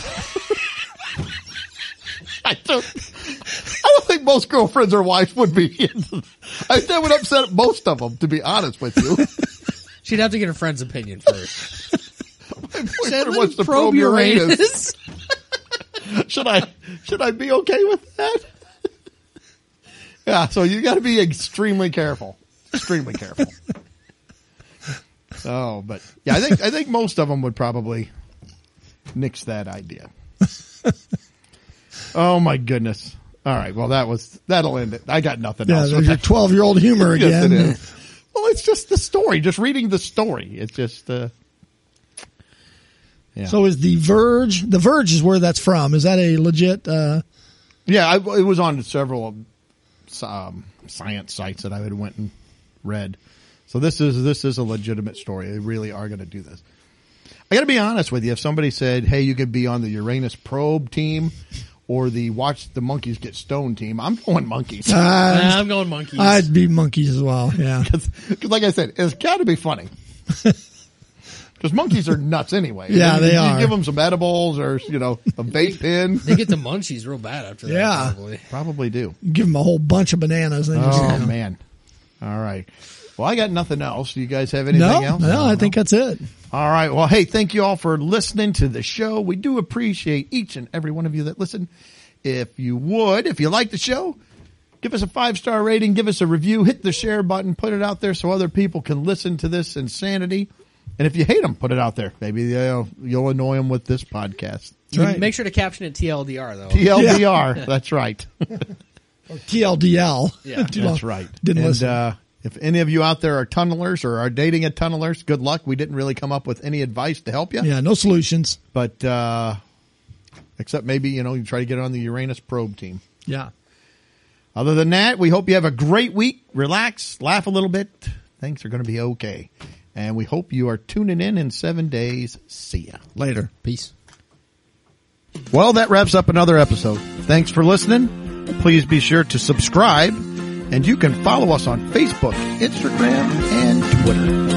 [SPEAKER 1] I don't. I don't think most girlfriends or wives would be. Into, I that would upset most of them, to be honest with you.
[SPEAKER 3] She'd have to get a friend's opinion first.
[SPEAKER 1] Boyfriend wants to probe Uranus. should I should I be okay with that? yeah, so you got to be extremely careful, extremely careful. oh, but yeah, I think I think most of them would probably nix that idea. oh my goodness! All right, well that was that'll end it. I got nothing
[SPEAKER 2] Yeah,
[SPEAKER 1] else.
[SPEAKER 2] there's your 12 year old humor
[SPEAKER 1] Yes,
[SPEAKER 2] again.
[SPEAKER 1] it is. Well, it's just the story. Just reading the story. It's just. Uh, yeah.
[SPEAKER 2] So is the Verge? The Verge is where that's from. Is that a legit? Uh,
[SPEAKER 1] Yeah, I, it was on several um, science sites that I had went and read. So this is this is a legitimate story. They really are going to do this. I got to be honest with you. If somebody said, "Hey, you could be on the Uranus probe team or the Watch the Monkeys Get Stoned team," I'm going monkeys
[SPEAKER 2] I,
[SPEAKER 1] Uh,
[SPEAKER 3] I'm going monkeys.
[SPEAKER 2] I'd be monkeys as well. Yeah.
[SPEAKER 1] because, like I said, it's got to be funny. Because monkeys are nuts anyway.
[SPEAKER 2] Yeah,
[SPEAKER 1] You-
[SPEAKER 2] they
[SPEAKER 1] you
[SPEAKER 2] are.
[SPEAKER 1] Give them some edibles or you know a vape pen.
[SPEAKER 3] they get the munchies real bad after that.
[SPEAKER 2] Yeah.
[SPEAKER 3] Probably.
[SPEAKER 1] Probably do.
[SPEAKER 2] Give them a whole bunch of bananas. And they just,
[SPEAKER 1] Oh man! All right. Well, I got nothing else. Do you guys have anything
[SPEAKER 2] No,
[SPEAKER 1] else?
[SPEAKER 2] no, I think that's it.
[SPEAKER 1] All right. Well, hey, thank you all for listening to the show. We do appreciate each and every one of you that listen. If you would, if you like the show, give us a five star rating, give us a review, hit the share button, put it out there so other people can listen to this insanity. And if you hate them, put it out there. Maybe they'll, you'll annoy them with this podcast.
[SPEAKER 3] You
[SPEAKER 2] right.
[SPEAKER 3] Make sure to caption it TLDR though.
[SPEAKER 1] TLDR. That's right.
[SPEAKER 2] TLDL.
[SPEAKER 3] Yeah,
[SPEAKER 2] Too
[SPEAKER 1] Oh, That's
[SPEAKER 2] long.
[SPEAKER 1] right.
[SPEAKER 2] Didn't
[SPEAKER 1] and,
[SPEAKER 2] listen.
[SPEAKER 1] Uh, if any of you out there are tunnelers or are dating a tunnelers, good luck. We didn't really come up with any advice to help you,
[SPEAKER 2] yeah, no solutions.
[SPEAKER 1] but uh, except maybe you know you try to get on the Uranus probe team.
[SPEAKER 2] Yeah.
[SPEAKER 1] Other than that, we hope you have a great week. Relax, laugh a little bit. Things are going to be okay, and we hope you are tuning in in seven days. See ya.
[SPEAKER 2] Later.
[SPEAKER 3] Peace.
[SPEAKER 1] Well, that wraps up another episode. Thanks for listening. Please be sure to subscribe, and you can follow us on Facebook, Instagram, and Twitter.